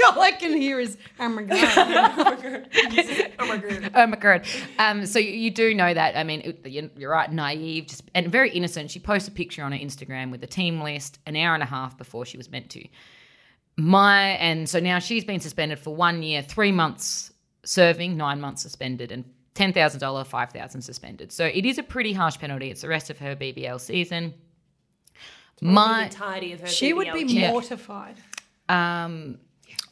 [SPEAKER 2] All I can hear is, oh my God.
[SPEAKER 3] oh my god.
[SPEAKER 1] Oh my god! Um, so you, you do know that. I mean, it, you- you're right, naive, just and very innocent. She posted a picture on her Instagram with the team list an hour and a half before she was meant to. My and so now she's been suspended for one year, three months serving, nine months suspended, and ten thousand dollar, five thousand suspended. So it is a pretty harsh penalty. It's the rest of her BBL season.
[SPEAKER 3] The
[SPEAKER 1] My
[SPEAKER 3] entirety of her.
[SPEAKER 2] She would be
[SPEAKER 3] BBL.
[SPEAKER 1] Yeah.
[SPEAKER 2] mortified.
[SPEAKER 1] um,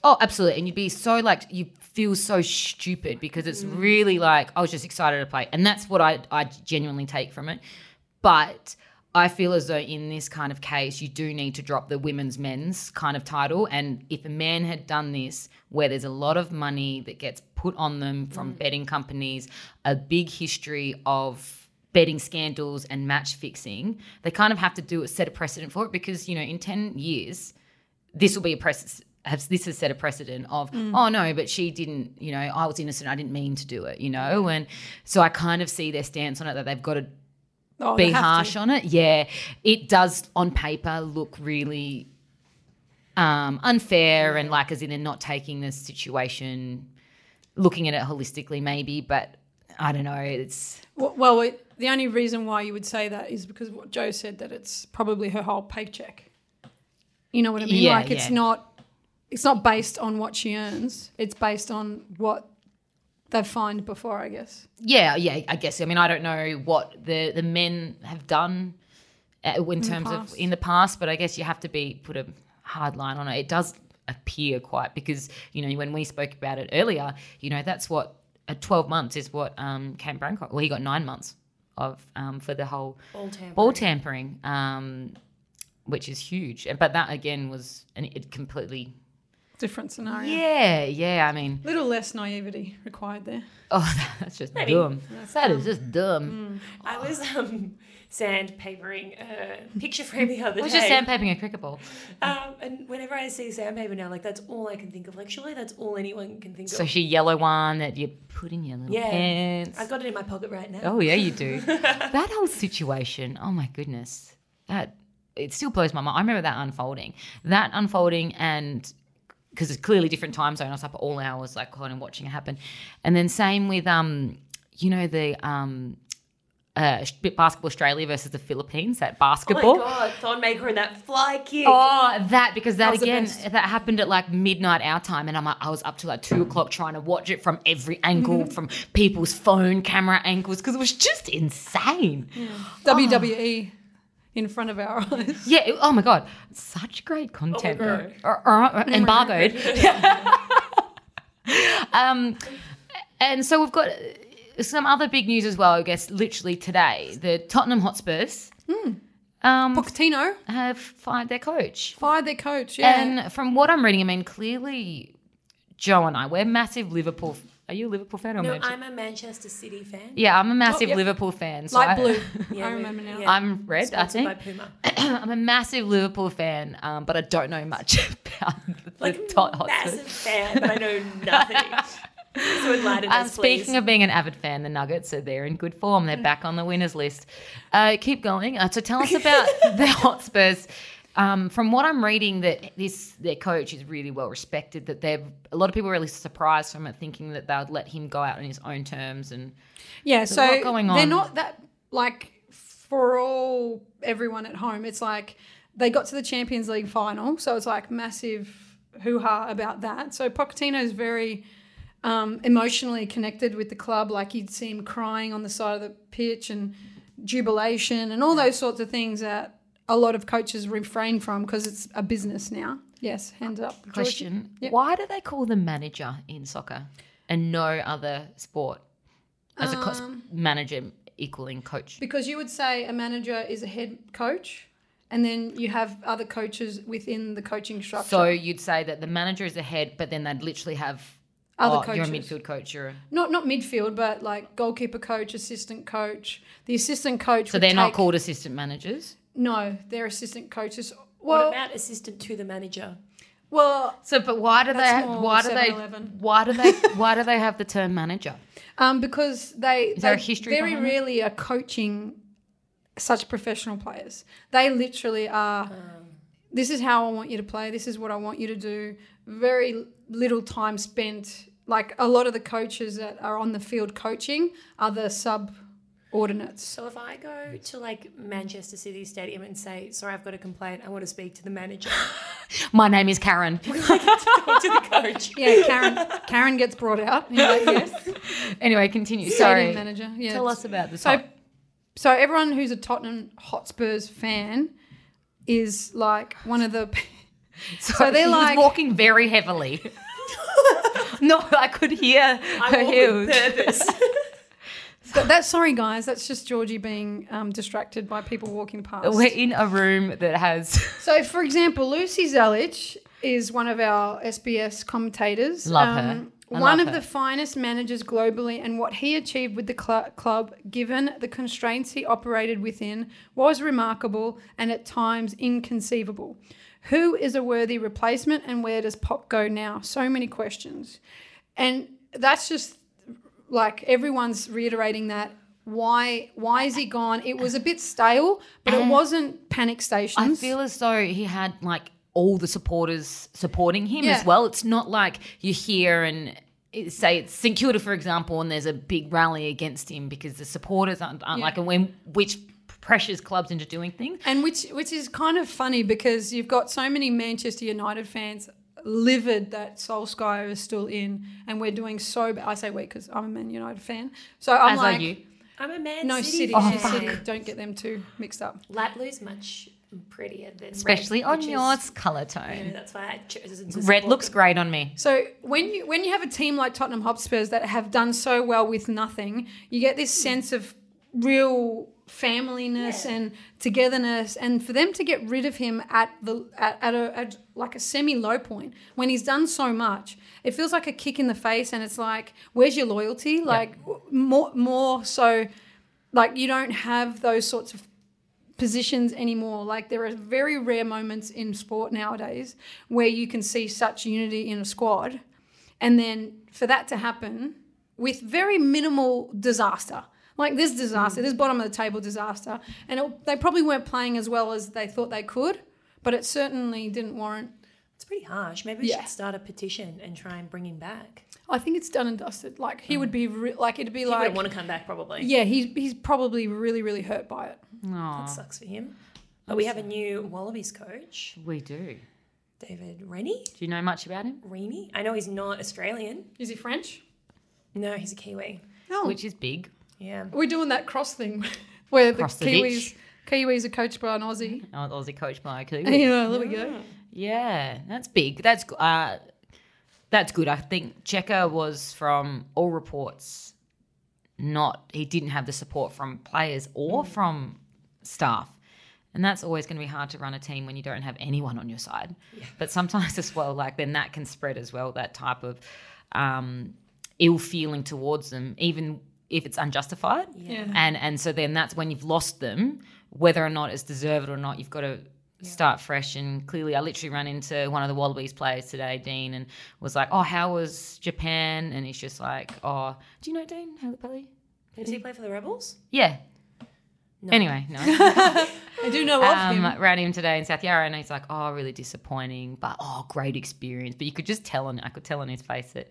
[SPEAKER 1] oh, absolutely. And you'd be so like, you feel so stupid because it's really like, I was just excited to play. And that's what I, I genuinely take from it. But I feel as though in this kind of case, you do need to drop the women's men's kind of title. And if a man had done this, where there's a lot of money that gets put on them from betting companies, a big history of betting scandals and match fixing, they kind of have to do a set a precedent for it because, you know, in 10 years, this will be a press has this has set a precedent of
[SPEAKER 2] Mm.
[SPEAKER 1] oh no but she didn't you know i was innocent i didn't mean to do it you know and so i kind of see their stance on it that they've got to
[SPEAKER 2] Oh, they
[SPEAKER 1] be
[SPEAKER 2] have to.
[SPEAKER 1] harsh on it yeah it does on paper look really um, unfair and like as in they're not taking the situation looking at it holistically maybe but i don't know it's
[SPEAKER 2] Well, well, it, the only reason why you would say that is because what Joe said that it's probably her whole paycheck. You know what I mean?
[SPEAKER 1] Yeah,
[SPEAKER 2] like it's
[SPEAKER 1] yeah.
[SPEAKER 2] not it's not based on what she earns. It's based on what they've fined before, I guess.
[SPEAKER 1] Yeah, yeah, I guess. I mean, I don't know what the the men have done uh, in, terms of
[SPEAKER 2] past.
[SPEAKER 1] in the past, but I guess you have to be put a hard line on it. It does appear quite because you know when we spoke about it earlier, you know that's what uh, twelve months is what um, Cam Brancott. Well, he got nine months of um, for the whole
[SPEAKER 3] All tampering.
[SPEAKER 1] ball tampering, um, which is huge. And- But that again was an, it completely.
[SPEAKER 2] Different scenario.
[SPEAKER 1] Yeah, yeah. I mean,
[SPEAKER 2] Little less naivety required there.
[SPEAKER 1] oh, that's just
[SPEAKER 3] Maybe.
[SPEAKER 1] dumb. That is just dumb.
[SPEAKER 3] I was um, sandpapering a picture frame the other
[SPEAKER 1] It was
[SPEAKER 3] day.
[SPEAKER 1] just sandpaping a cricket ball.
[SPEAKER 3] Um, and whenever I see sandpaper now, like that's all I can think of. Like surely that's all anyone can think
[SPEAKER 1] So
[SPEAKER 3] of.
[SPEAKER 1] she yellow one that you put in your little
[SPEAKER 3] Yeah.
[SPEAKER 1] pants.
[SPEAKER 3] I've got it in my pocket right now.
[SPEAKER 1] oh yeah, you do. that whole situation. Oh my goodness, that it still blows my mind. I remember that unfolding, that unfolding, and because it's clearly different time zone. I was up all hours, like kind of watching it happen, and then same with um, you know the um. Uh, basketball Australia versus the Philippines. That
[SPEAKER 3] Oh my
[SPEAKER 1] basketball.
[SPEAKER 3] god, Thon Maker and that fly kick.
[SPEAKER 1] Oh, that because that
[SPEAKER 2] was the
[SPEAKER 1] again
[SPEAKER 2] best.
[SPEAKER 1] that happened at like midnight our time, and I'm like, I was up till like two o'clock trying to watch it from every angle, from people's phone camera angles, because it was just insane.
[SPEAKER 2] WWE E in front of our eyes.
[SPEAKER 1] Yeah. it- oh my god, such great content.
[SPEAKER 3] God.
[SPEAKER 1] though. Or- or- or embargoed. um, and so we've got uh, some other big news as well. I guess literally today, the Tottenham Hotspurs um,
[SPEAKER 2] Pochettino
[SPEAKER 1] have fired their coach.
[SPEAKER 2] fired their coach. Yeah.
[SPEAKER 1] And from what I'm reading, I mean, clearly, Joe and I, we're massive Liverpool. f- Are you a Liverpool fan? Or
[SPEAKER 3] no,
[SPEAKER 1] Manchester-
[SPEAKER 3] I'm a Manchester City fan.
[SPEAKER 1] yeah, I'm a massive
[SPEAKER 2] yep.
[SPEAKER 1] Liverpool fan. So I,
[SPEAKER 2] Light blue.
[SPEAKER 3] Yeah,
[SPEAKER 2] I
[SPEAKER 3] we-
[SPEAKER 2] remember now.
[SPEAKER 3] yeah.
[SPEAKER 1] I'm red, I
[SPEAKER 3] Sponsored by
[SPEAKER 1] think.
[SPEAKER 3] Puma.
[SPEAKER 1] I'm a massive Liverpool fan, um, but I don't know much about the
[SPEAKER 3] Like
[SPEAKER 1] Tot Hotspur.
[SPEAKER 3] massive fan, but I know nothing. so enlighten
[SPEAKER 1] Um,
[SPEAKER 3] us, please.
[SPEAKER 1] speaking of being an avid fan, the Nuggets are they're in good form. They're back on the winners list. Uh, keep going. Uh, so tell us about the Hotspurs. Um, from what I'm reading, that this their coach is really well respected. That they're a lot of people were really surprised from it, thinking that they'd let him go out on his own terms. And
[SPEAKER 2] Yeah, so
[SPEAKER 1] a lot going
[SPEAKER 2] they're
[SPEAKER 1] on.
[SPEAKER 2] not that like for all everyone at home. It's like they got to the Champions League final, so it's like massive hoo ha about that. So Pochettino's very um, emotionally connected with the club. Like you'd see him crying on the side of the pitch and jubilation and all those sorts of things that a lot of coaches refrain from because it's a business now. Yes, hands up. Georgie.
[SPEAKER 1] question:
[SPEAKER 2] Yep.
[SPEAKER 1] Why do they call them manager in soccer and no other sport as a co- manager equaling coach?
[SPEAKER 2] Because you would say a manager is a head coach, and then you have other coaches within the coaching structure.
[SPEAKER 1] So you'd say that the manager is the head, but then they'd literally have
[SPEAKER 2] Other
[SPEAKER 1] oh, You're a
[SPEAKER 2] coaches.
[SPEAKER 1] midfield coach. You're a
[SPEAKER 2] not not midfield, but like goalkeeper coach, assistant coach. The assistant coach.
[SPEAKER 1] So they're not called assistant managers.
[SPEAKER 2] No, they're assistant coaches.
[SPEAKER 3] what
[SPEAKER 2] Well,
[SPEAKER 3] about assistant to the manager?
[SPEAKER 2] Well,
[SPEAKER 1] So, but why do
[SPEAKER 2] That's
[SPEAKER 1] they?
[SPEAKER 2] more
[SPEAKER 1] Why do they?
[SPEAKER 2] 7-Eleven.
[SPEAKER 1] Why do they? Why do they have the term manager?
[SPEAKER 2] um, because they, they
[SPEAKER 1] there a history
[SPEAKER 2] very
[SPEAKER 1] behind it?
[SPEAKER 2] rarely are coaching such professional players. They literally are. This is how I want you to play. This is what I want you to do. Very little time spent. Like a lot of the coaches that are on the field coaching are the subordinates.
[SPEAKER 3] So if I go to like Manchester City Stadium and say, "Sorry, I've got a complaint. I want to speak to the manager,"
[SPEAKER 1] My name is Karen.
[SPEAKER 3] or to the coach.
[SPEAKER 2] Yeah, Karen. Karen gets brought out. And you're like, yes.
[SPEAKER 1] anyway, continue.
[SPEAKER 2] Stadium
[SPEAKER 1] Sorry.
[SPEAKER 2] manager. Yeah.
[SPEAKER 1] Tell us about the
[SPEAKER 2] So,
[SPEAKER 1] top.
[SPEAKER 2] so everyone who's a Tottenham Hotspurs fan is like one of the.
[SPEAKER 1] So,
[SPEAKER 2] they're
[SPEAKER 1] she
[SPEAKER 2] like-
[SPEAKER 1] was walking very heavily. no, I could hear her
[SPEAKER 3] I walk
[SPEAKER 1] heels.
[SPEAKER 3] with purpose.
[SPEAKER 2] But that's sorry, guys. That's just Georgie being um, distracted by people walking past.
[SPEAKER 1] We're in a room that has
[SPEAKER 2] So, for example, Lucy Zelich is one of our SBS commentators. Um,
[SPEAKER 1] Love her. I
[SPEAKER 2] One
[SPEAKER 1] love
[SPEAKER 2] of
[SPEAKER 1] her.
[SPEAKER 2] the finest managers globally, and what he achieved with the cl- club, given the constraints he operated within, was remarkable and at times inconceivable. Who is a worthy replacement, and where does Pop go now? So many questions. And that's just like everyone's reiterating that. Why? Why is he gone? It was a bit stale, but it wasn't panic stations.
[SPEAKER 1] I feel as though he had like all the supporters supporting him
[SPEAKER 2] Yeah.
[SPEAKER 1] as well. It's not like you hear and it- say it's St Kilda, for example, and there's a big rally against him because the supporters aren't, aren't
[SPEAKER 2] Yeah.
[SPEAKER 1] like, and when which pressures clubs into doing things.
[SPEAKER 2] And which which is kind of funny because you've got so many Manchester United fans livid that Solskjaer is still in and we're doing so bad. I say we because I'm a Man United fan. So I'm
[SPEAKER 1] as
[SPEAKER 2] like,
[SPEAKER 1] are you.
[SPEAKER 3] I'm a Man
[SPEAKER 2] no,
[SPEAKER 3] City.
[SPEAKER 2] City.
[SPEAKER 1] Oh,
[SPEAKER 2] yeah,
[SPEAKER 3] fan.
[SPEAKER 2] City. Don't get them too mixed up.
[SPEAKER 3] Laplu's much prettier than red,
[SPEAKER 1] Especially on
[SPEAKER 3] which is-
[SPEAKER 1] yours colour
[SPEAKER 3] you know,
[SPEAKER 1] tone.
[SPEAKER 3] that's why I chose to
[SPEAKER 1] Red
[SPEAKER 3] support
[SPEAKER 1] looks
[SPEAKER 3] them.
[SPEAKER 1] great on me.
[SPEAKER 2] So when you when you have a team like Tottenham Hotspurs that have done so well with nothing, you get this sense of real familyness
[SPEAKER 3] Yeah.
[SPEAKER 2] and togetherness and for them to get rid of him at the at, at a at like a semi low point when he's done so much it feels like a kick in the face and it's like where's your loyalty like w- more more so like you don't have those sorts of positions anymore. Like there are very rare moments in sport nowadays where you can see such unity in a squad, and then for that to happen with very minimal disaster. Like this disaster, this bottom of the table disaster, and it, they probably weren't playing as well as they thought they could, but it certainly didn't warrant.
[SPEAKER 3] It's pretty harsh. Maybe we
[SPEAKER 2] Yeah.
[SPEAKER 3] should start a petition and try and bring him back.
[SPEAKER 2] I think it's done and dusted. Like he would be, re- like it'd be
[SPEAKER 3] He
[SPEAKER 2] like,
[SPEAKER 3] wouldn't want to come back, probably.
[SPEAKER 2] yeah, he's he's probably really really hurt by it.
[SPEAKER 1] Aw,
[SPEAKER 3] That sucks for him. But we have a new Wallabies coach,
[SPEAKER 1] we do.
[SPEAKER 3] David Rennie.
[SPEAKER 1] Do you know much about him?
[SPEAKER 3] Rennie. I know he's not Australian.
[SPEAKER 2] Is he French?
[SPEAKER 3] No, he's a Kiwi.
[SPEAKER 2] No,
[SPEAKER 1] Which is big.
[SPEAKER 3] Yeah.
[SPEAKER 2] We're doing that cross thing where the
[SPEAKER 1] Cross the
[SPEAKER 2] Kiwis Kiwis are coached by an Aussie.
[SPEAKER 1] Oh, Aussie coach by Kiwi.
[SPEAKER 2] Yeah, there we go.
[SPEAKER 1] Yeah, that's big. That's go- uh, that's good. I think Checker was from all reports. Not he didn't have the support from players or from staff, and that's always going to be hard to run a team when you don't have anyone on your side. But sometimes as well, like then that can spread as well. That type of um, ill feeling towards them, even if it's unjustified
[SPEAKER 2] Yeah.
[SPEAKER 1] and and so then that's when you've lost them whether or not it's deserved or not you've got to start fresh and clearly i literally ran into one of the wallabies players today dean and was like oh how was japan and he's just like oh do you know dean halapelli
[SPEAKER 3] Does
[SPEAKER 1] Mm.
[SPEAKER 3] he play for the Rebels?
[SPEAKER 1] yeah anyway no
[SPEAKER 2] I do know
[SPEAKER 1] um,
[SPEAKER 2] of him.
[SPEAKER 1] ran him today in South Yarra, and he's like, "Oh, really disappointing, but oh, great experience." But you could just tell, and I could tell on his face that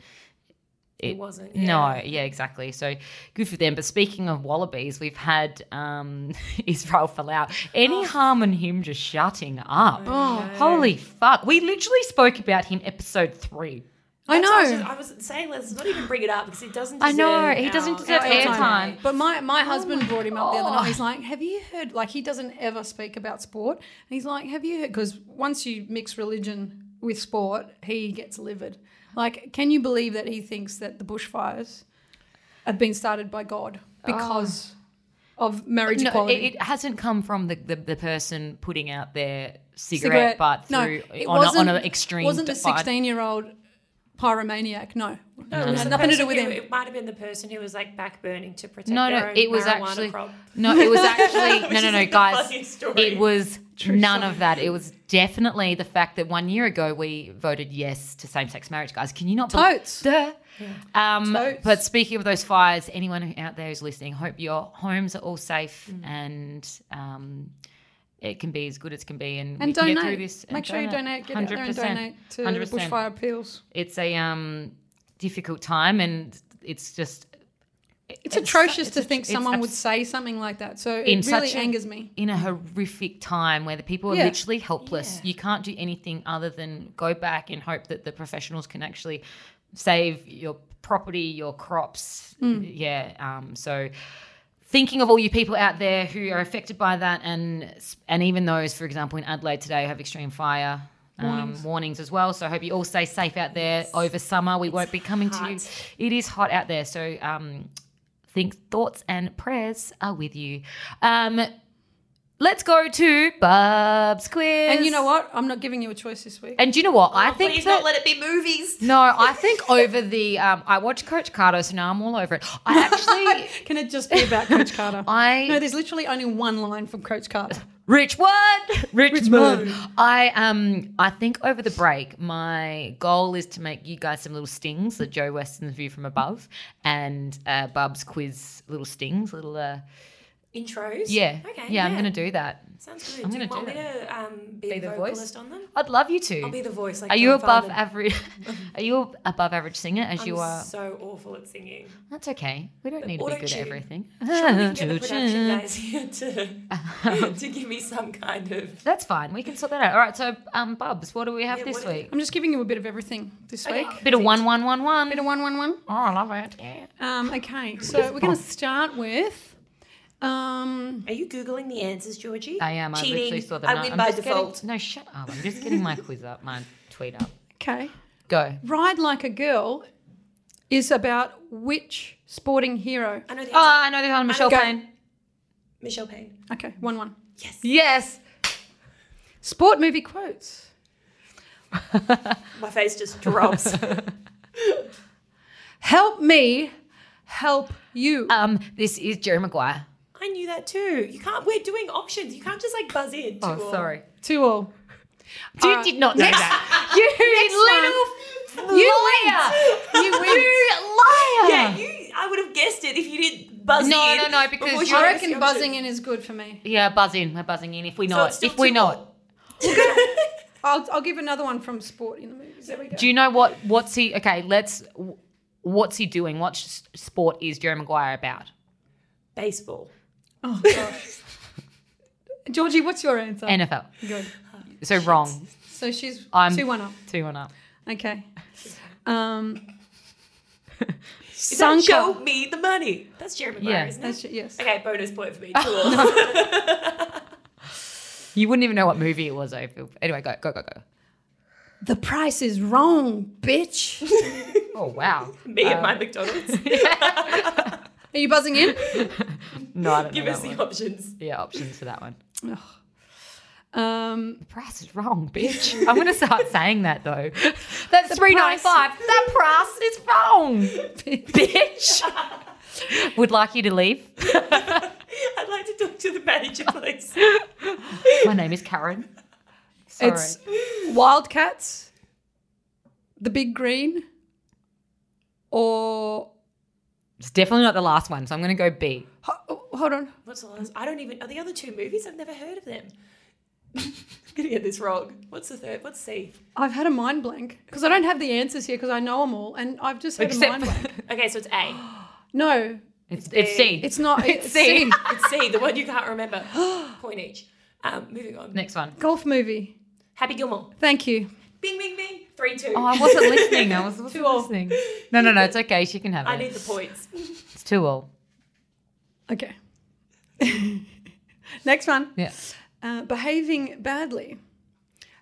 [SPEAKER 3] It wasn't,
[SPEAKER 1] No,
[SPEAKER 3] yeah.
[SPEAKER 1] yeah, exactly. So good for them. But speaking of wallabies, we've had um, Israel Folau. Any harm in him just shutting up?
[SPEAKER 2] Oh,
[SPEAKER 1] Holy fuck! We literally spoke about him episode three.
[SPEAKER 2] I
[SPEAKER 3] That's what I was,
[SPEAKER 2] know.
[SPEAKER 3] just- I was saying, let's not even bring it up because it doesn't
[SPEAKER 1] I
[SPEAKER 3] deserve
[SPEAKER 1] know, he doesn't
[SPEAKER 3] our-
[SPEAKER 1] deserve
[SPEAKER 3] our
[SPEAKER 1] airtime.
[SPEAKER 2] But my,
[SPEAKER 3] Oh
[SPEAKER 2] my husband brought him up the other
[SPEAKER 1] God.
[SPEAKER 2] night. He's like, Have you heard? Like, he doesn't ever speak about sport. And he's like, Have you heard? Because once you mix religion with sport, he gets livid. Like, can you believe that he thinks that the bushfires have been started by God because of marriage
[SPEAKER 1] Oh. No,
[SPEAKER 2] equality?
[SPEAKER 1] it, it hasn't come from the, the, the person putting out their cigarette,
[SPEAKER 2] cigarette
[SPEAKER 1] butt
[SPEAKER 2] no,
[SPEAKER 1] through
[SPEAKER 2] it
[SPEAKER 1] on, a, on
[SPEAKER 2] wasn't-
[SPEAKER 1] an extreme
[SPEAKER 2] wasn't the
[SPEAKER 1] divide.
[SPEAKER 2] 16 year old pyromaniac. No,
[SPEAKER 3] No, it was
[SPEAKER 2] Had
[SPEAKER 3] the
[SPEAKER 2] nothing to do
[SPEAKER 3] person
[SPEAKER 2] with
[SPEAKER 3] who-
[SPEAKER 2] him.
[SPEAKER 3] It might have been the person who was like back burning to protect
[SPEAKER 1] No,
[SPEAKER 3] no,
[SPEAKER 1] no,
[SPEAKER 3] own
[SPEAKER 1] it was
[SPEAKER 3] marijuana
[SPEAKER 1] actually
[SPEAKER 3] crop.
[SPEAKER 1] no, it was actually
[SPEAKER 3] Which
[SPEAKER 1] no, no,
[SPEAKER 3] is,
[SPEAKER 1] no,
[SPEAKER 3] like, the
[SPEAKER 1] guys.
[SPEAKER 3] funniest story.
[SPEAKER 1] It was
[SPEAKER 2] True
[SPEAKER 1] none
[SPEAKER 2] story.
[SPEAKER 1] of that. It was definitely the fact that one year ago we voted yes to same-sex marriage, guys. Can you not? believe-
[SPEAKER 2] Totes.
[SPEAKER 1] Duh. Um,
[SPEAKER 2] Totes.
[SPEAKER 1] but speaking of those fires, anyone who- out there who's listening, hope your homes are all safe
[SPEAKER 2] Mm.
[SPEAKER 1] and um, it can be as good as can be, and, we
[SPEAKER 2] and
[SPEAKER 1] can
[SPEAKER 2] donate.
[SPEAKER 1] get through this. and
[SPEAKER 2] Make sure you donate. Get out there and
[SPEAKER 1] 100%.
[SPEAKER 2] donate to the
[SPEAKER 1] 100%.
[SPEAKER 2] bushfire appeals.
[SPEAKER 1] It's a um, difficult time, and it's just
[SPEAKER 2] It's, atrocious to
[SPEAKER 1] it's-
[SPEAKER 2] think
[SPEAKER 1] it's
[SPEAKER 2] someone
[SPEAKER 1] abs-
[SPEAKER 2] would say something like that. So it
[SPEAKER 1] In
[SPEAKER 2] really
[SPEAKER 1] such a-
[SPEAKER 2] angers me.
[SPEAKER 1] in a horrific time where the people are
[SPEAKER 2] Yeah.
[SPEAKER 1] literally helpless.
[SPEAKER 3] Yeah.
[SPEAKER 1] You can't do anything other than go back and hope that the professionals can actually save your property, your crops. Yeah. Um, so thinking of all you people out there who are affected by that and and even those, for example, in Adelaide today who have extreme fire. Warnings. Um, warnings as well. So I hope you all stay safe out there over summer. We won't be coming to you.
[SPEAKER 3] hot.
[SPEAKER 1] It is hot out there. So um, think thoughts and prayers are with you. Um, let's go to Bub's quiz.
[SPEAKER 2] And you know what? I'm not giving you a choice this week.
[SPEAKER 1] And do you know what? I
[SPEAKER 3] Oh,
[SPEAKER 1] think
[SPEAKER 3] please
[SPEAKER 1] that.
[SPEAKER 3] not let it be movies.
[SPEAKER 1] no, I think over the. Um, I watched Coach Carter, so now I'm all over it. I actually.
[SPEAKER 2] Can it just be about Coach Carter?
[SPEAKER 1] I
[SPEAKER 2] no, there's literally only one line from Coach Carter.
[SPEAKER 1] Rich what? Rich,
[SPEAKER 2] Richmond.
[SPEAKER 1] move. I um I think over the break my goal is to make you guys some little stings, the Joe Weston's view from above, and uh, Bub's quiz little stings, little uh
[SPEAKER 3] Intros.
[SPEAKER 1] yeah
[SPEAKER 3] Okay.
[SPEAKER 1] yeah, I'm gonna do that.
[SPEAKER 3] Sounds good.
[SPEAKER 1] I'm
[SPEAKER 3] do you
[SPEAKER 1] gonna
[SPEAKER 3] want
[SPEAKER 1] do
[SPEAKER 3] me to um, be,
[SPEAKER 1] Be
[SPEAKER 3] the
[SPEAKER 1] the voice?
[SPEAKER 3] vocalist on them?
[SPEAKER 1] I'd love you to.
[SPEAKER 3] I'll be the voice. Like
[SPEAKER 1] are you
[SPEAKER 3] John
[SPEAKER 1] above
[SPEAKER 3] Farnham.
[SPEAKER 1] average? Are you above average singer as
[SPEAKER 3] I'm
[SPEAKER 1] you are?
[SPEAKER 3] so awful at singing.
[SPEAKER 1] That's okay. We don't
[SPEAKER 3] But
[SPEAKER 1] need to be good at
[SPEAKER 3] auto-tune.
[SPEAKER 1] everything.
[SPEAKER 3] Surely we can get the production guys here to, to give me some kind of.
[SPEAKER 1] That's fine. We can sort that out. All right. So, um, Bubs, what do we have
[SPEAKER 3] Yeah,
[SPEAKER 1] this
[SPEAKER 3] what-
[SPEAKER 1] week?
[SPEAKER 2] I'm just giving you a bit of everything this
[SPEAKER 3] Okay.
[SPEAKER 2] week.
[SPEAKER 1] Bit of one, one, one, one.
[SPEAKER 2] Bit of one, one, one.
[SPEAKER 1] oh, I love it. Yeah.
[SPEAKER 2] Um, okay, so we're going to start with. Um,
[SPEAKER 3] Are you googling the answers, Georgie?
[SPEAKER 1] I am. I
[SPEAKER 3] Cheating.
[SPEAKER 1] literally saw them.
[SPEAKER 3] I
[SPEAKER 1] No,
[SPEAKER 3] win
[SPEAKER 1] I'm
[SPEAKER 3] by
[SPEAKER 1] just getting-
[SPEAKER 3] default.
[SPEAKER 1] no, shut up. I'm just getting my quiz up, my tweet up.
[SPEAKER 2] okay,
[SPEAKER 1] Go.
[SPEAKER 2] ride like a girl is about which sporting hero?
[SPEAKER 3] I know the answer.
[SPEAKER 1] Oh, I know this one. Michelle
[SPEAKER 2] Go.
[SPEAKER 1] Payne.
[SPEAKER 3] Michelle Payne.
[SPEAKER 2] Okay, one, one.
[SPEAKER 3] Yes.
[SPEAKER 1] Yes.
[SPEAKER 2] Sport movie quotes.
[SPEAKER 3] My face just drops.
[SPEAKER 2] Help me, help you.
[SPEAKER 1] Um, this is Jerry Maguire.
[SPEAKER 3] I knew that too. You can't. We're doing options. You can't just like buzz in. to
[SPEAKER 1] Oh,
[SPEAKER 3] all.
[SPEAKER 1] sorry.
[SPEAKER 2] Two all.
[SPEAKER 1] You
[SPEAKER 2] Uh,
[SPEAKER 1] did not know that. You little liar.
[SPEAKER 2] You win.
[SPEAKER 1] liar.
[SPEAKER 3] Yeah, you. I would have guessed it if you didn't buzz
[SPEAKER 1] Ah. No,
[SPEAKER 3] in.
[SPEAKER 1] no, no,
[SPEAKER 3] before
[SPEAKER 1] because
[SPEAKER 3] you
[SPEAKER 2] I
[SPEAKER 3] asked the
[SPEAKER 2] reckon
[SPEAKER 3] options.
[SPEAKER 2] buzzing in is good for me.
[SPEAKER 1] Yeah, buzz in. We're buzzing in if we know
[SPEAKER 3] So
[SPEAKER 1] it.
[SPEAKER 3] it's still
[SPEAKER 1] If we
[SPEAKER 3] two
[SPEAKER 1] know
[SPEAKER 3] all.
[SPEAKER 2] I'll, I'll give another one from sport in the movies. There we go.
[SPEAKER 1] it. Do you know what? What's he? Okay, let's. What's he doing? What s- sport is Jerry Maguire about?
[SPEAKER 3] Baseball.
[SPEAKER 2] oh, gosh. Georgie, what's your
[SPEAKER 3] Oh.
[SPEAKER 2] answer?
[SPEAKER 1] NFL.
[SPEAKER 2] good.
[SPEAKER 1] So wrong.
[SPEAKER 2] So she's
[SPEAKER 1] I'm-
[SPEAKER 2] 2 1 up.
[SPEAKER 1] Two one up.
[SPEAKER 2] Okay. Um,
[SPEAKER 3] Is that
[SPEAKER 2] Sanka.
[SPEAKER 3] show me the money. That's Jeremy Maguire,
[SPEAKER 1] Yeah.
[SPEAKER 3] isn't it?
[SPEAKER 2] That's, yes.
[SPEAKER 3] Okay, bonus point for me. Cool.
[SPEAKER 1] You wouldn't even know what movie it was. I feel. Anyway, go go go go.
[SPEAKER 2] The price is wrong, bitch.
[SPEAKER 1] Oh wow.
[SPEAKER 3] me and my McDonald's.
[SPEAKER 2] Are you buzzing in?
[SPEAKER 1] No, I don't
[SPEAKER 3] Give
[SPEAKER 1] know that
[SPEAKER 3] us the
[SPEAKER 1] one.
[SPEAKER 3] options.
[SPEAKER 1] Yeah, options for that one.
[SPEAKER 2] Um,
[SPEAKER 1] The price is wrong, bitch. I'm gonna start saying that though. That's three ninety
[SPEAKER 2] price-
[SPEAKER 1] five. That price is wrong, bitch. Would like you to leave.
[SPEAKER 3] I'd like to talk to the manager,
[SPEAKER 1] Oh.
[SPEAKER 3] please.
[SPEAKER 1] My name is Karen. Sorry.
[SPEAKER 2] it's Wildcats, The Big Green, or.
[SPEAKER 1] It's definitely not the last one, so I'm going to go B.
[SPEAKER 2] ho- oh, Hold on.
[SPEAKER 3] What's the last? I don't even. Are the other two movies? I've never heard of them. I'm gonna get this wrong. What's the third? What's C?
[SPEAKER 2] I've had a mind blank because I don't have the answers here because I know them all, and I've just had a
[SPEAKER 1] Except
[SPEAKER 2] mind blank.
[SPEAKER 3] Okay, so it's A.
[SPEAKER 2] No,
[SPEAKER 1] it's, it's C.
[SPEAKER 2] it's not. It's,
[SPEAKER 1] C.
[SPEAKER 2] C.
[SPEAKER 3] It's C, the one you can't remember. Point each. Um, moving on.
[SPEAKER 1] Next one.
[SPEAKER 2] Golf movie.
[SPEAKER 3] Happy Gilmore.
[SPEAKER 2] Thank you.
[SPEAKER 3] Bing, bing, bing. Three, two.
[SPEAKER 1] Oh, I wasn't listening. I was, wasn't listening. No, no, no. It's okay. She can have
[SPEAKER 3] I
[SPEAKER 1] it.
[SPEAKER 3] need the points.
[SPEAKER 1] It's too all.
[SPEAKER 2] Okay. Next one.
[SPEAKER 1] Yeah.
[SPEAKER 2] Uh, behaving badly.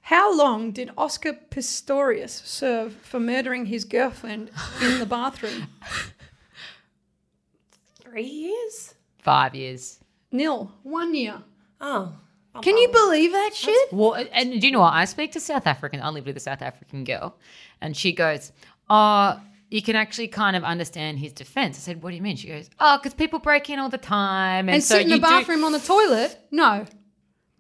[SPEAKER 2] How long did Oscar Pistorius serve for murdering his girlfriend in the bathroom?
[SPEAKER 3] Three years?
[SPEAKER 1] Five years.
[SPEAKER 2] Nil. One year.
[SPEAKER 3] Oh. I'm
[SPEAKER 2] Can you believe that shit?
[SPEAKER 1] Well, and do you know what? I speak to South African. I live with a South African girl, and she goes, oh, you can actually kind of understand his defense. I said, what do you mean? She goes, oh, because people break in all the time. And,
[SPEAKER 2] and
[SPEAKER 1] so
[SPEAKER 2] sit in
[SPEAKER 1] you
[SPEAKER 2] the
[SPEAKER 1] do-
[SPEAKER 2] bathroom on the toilet? No.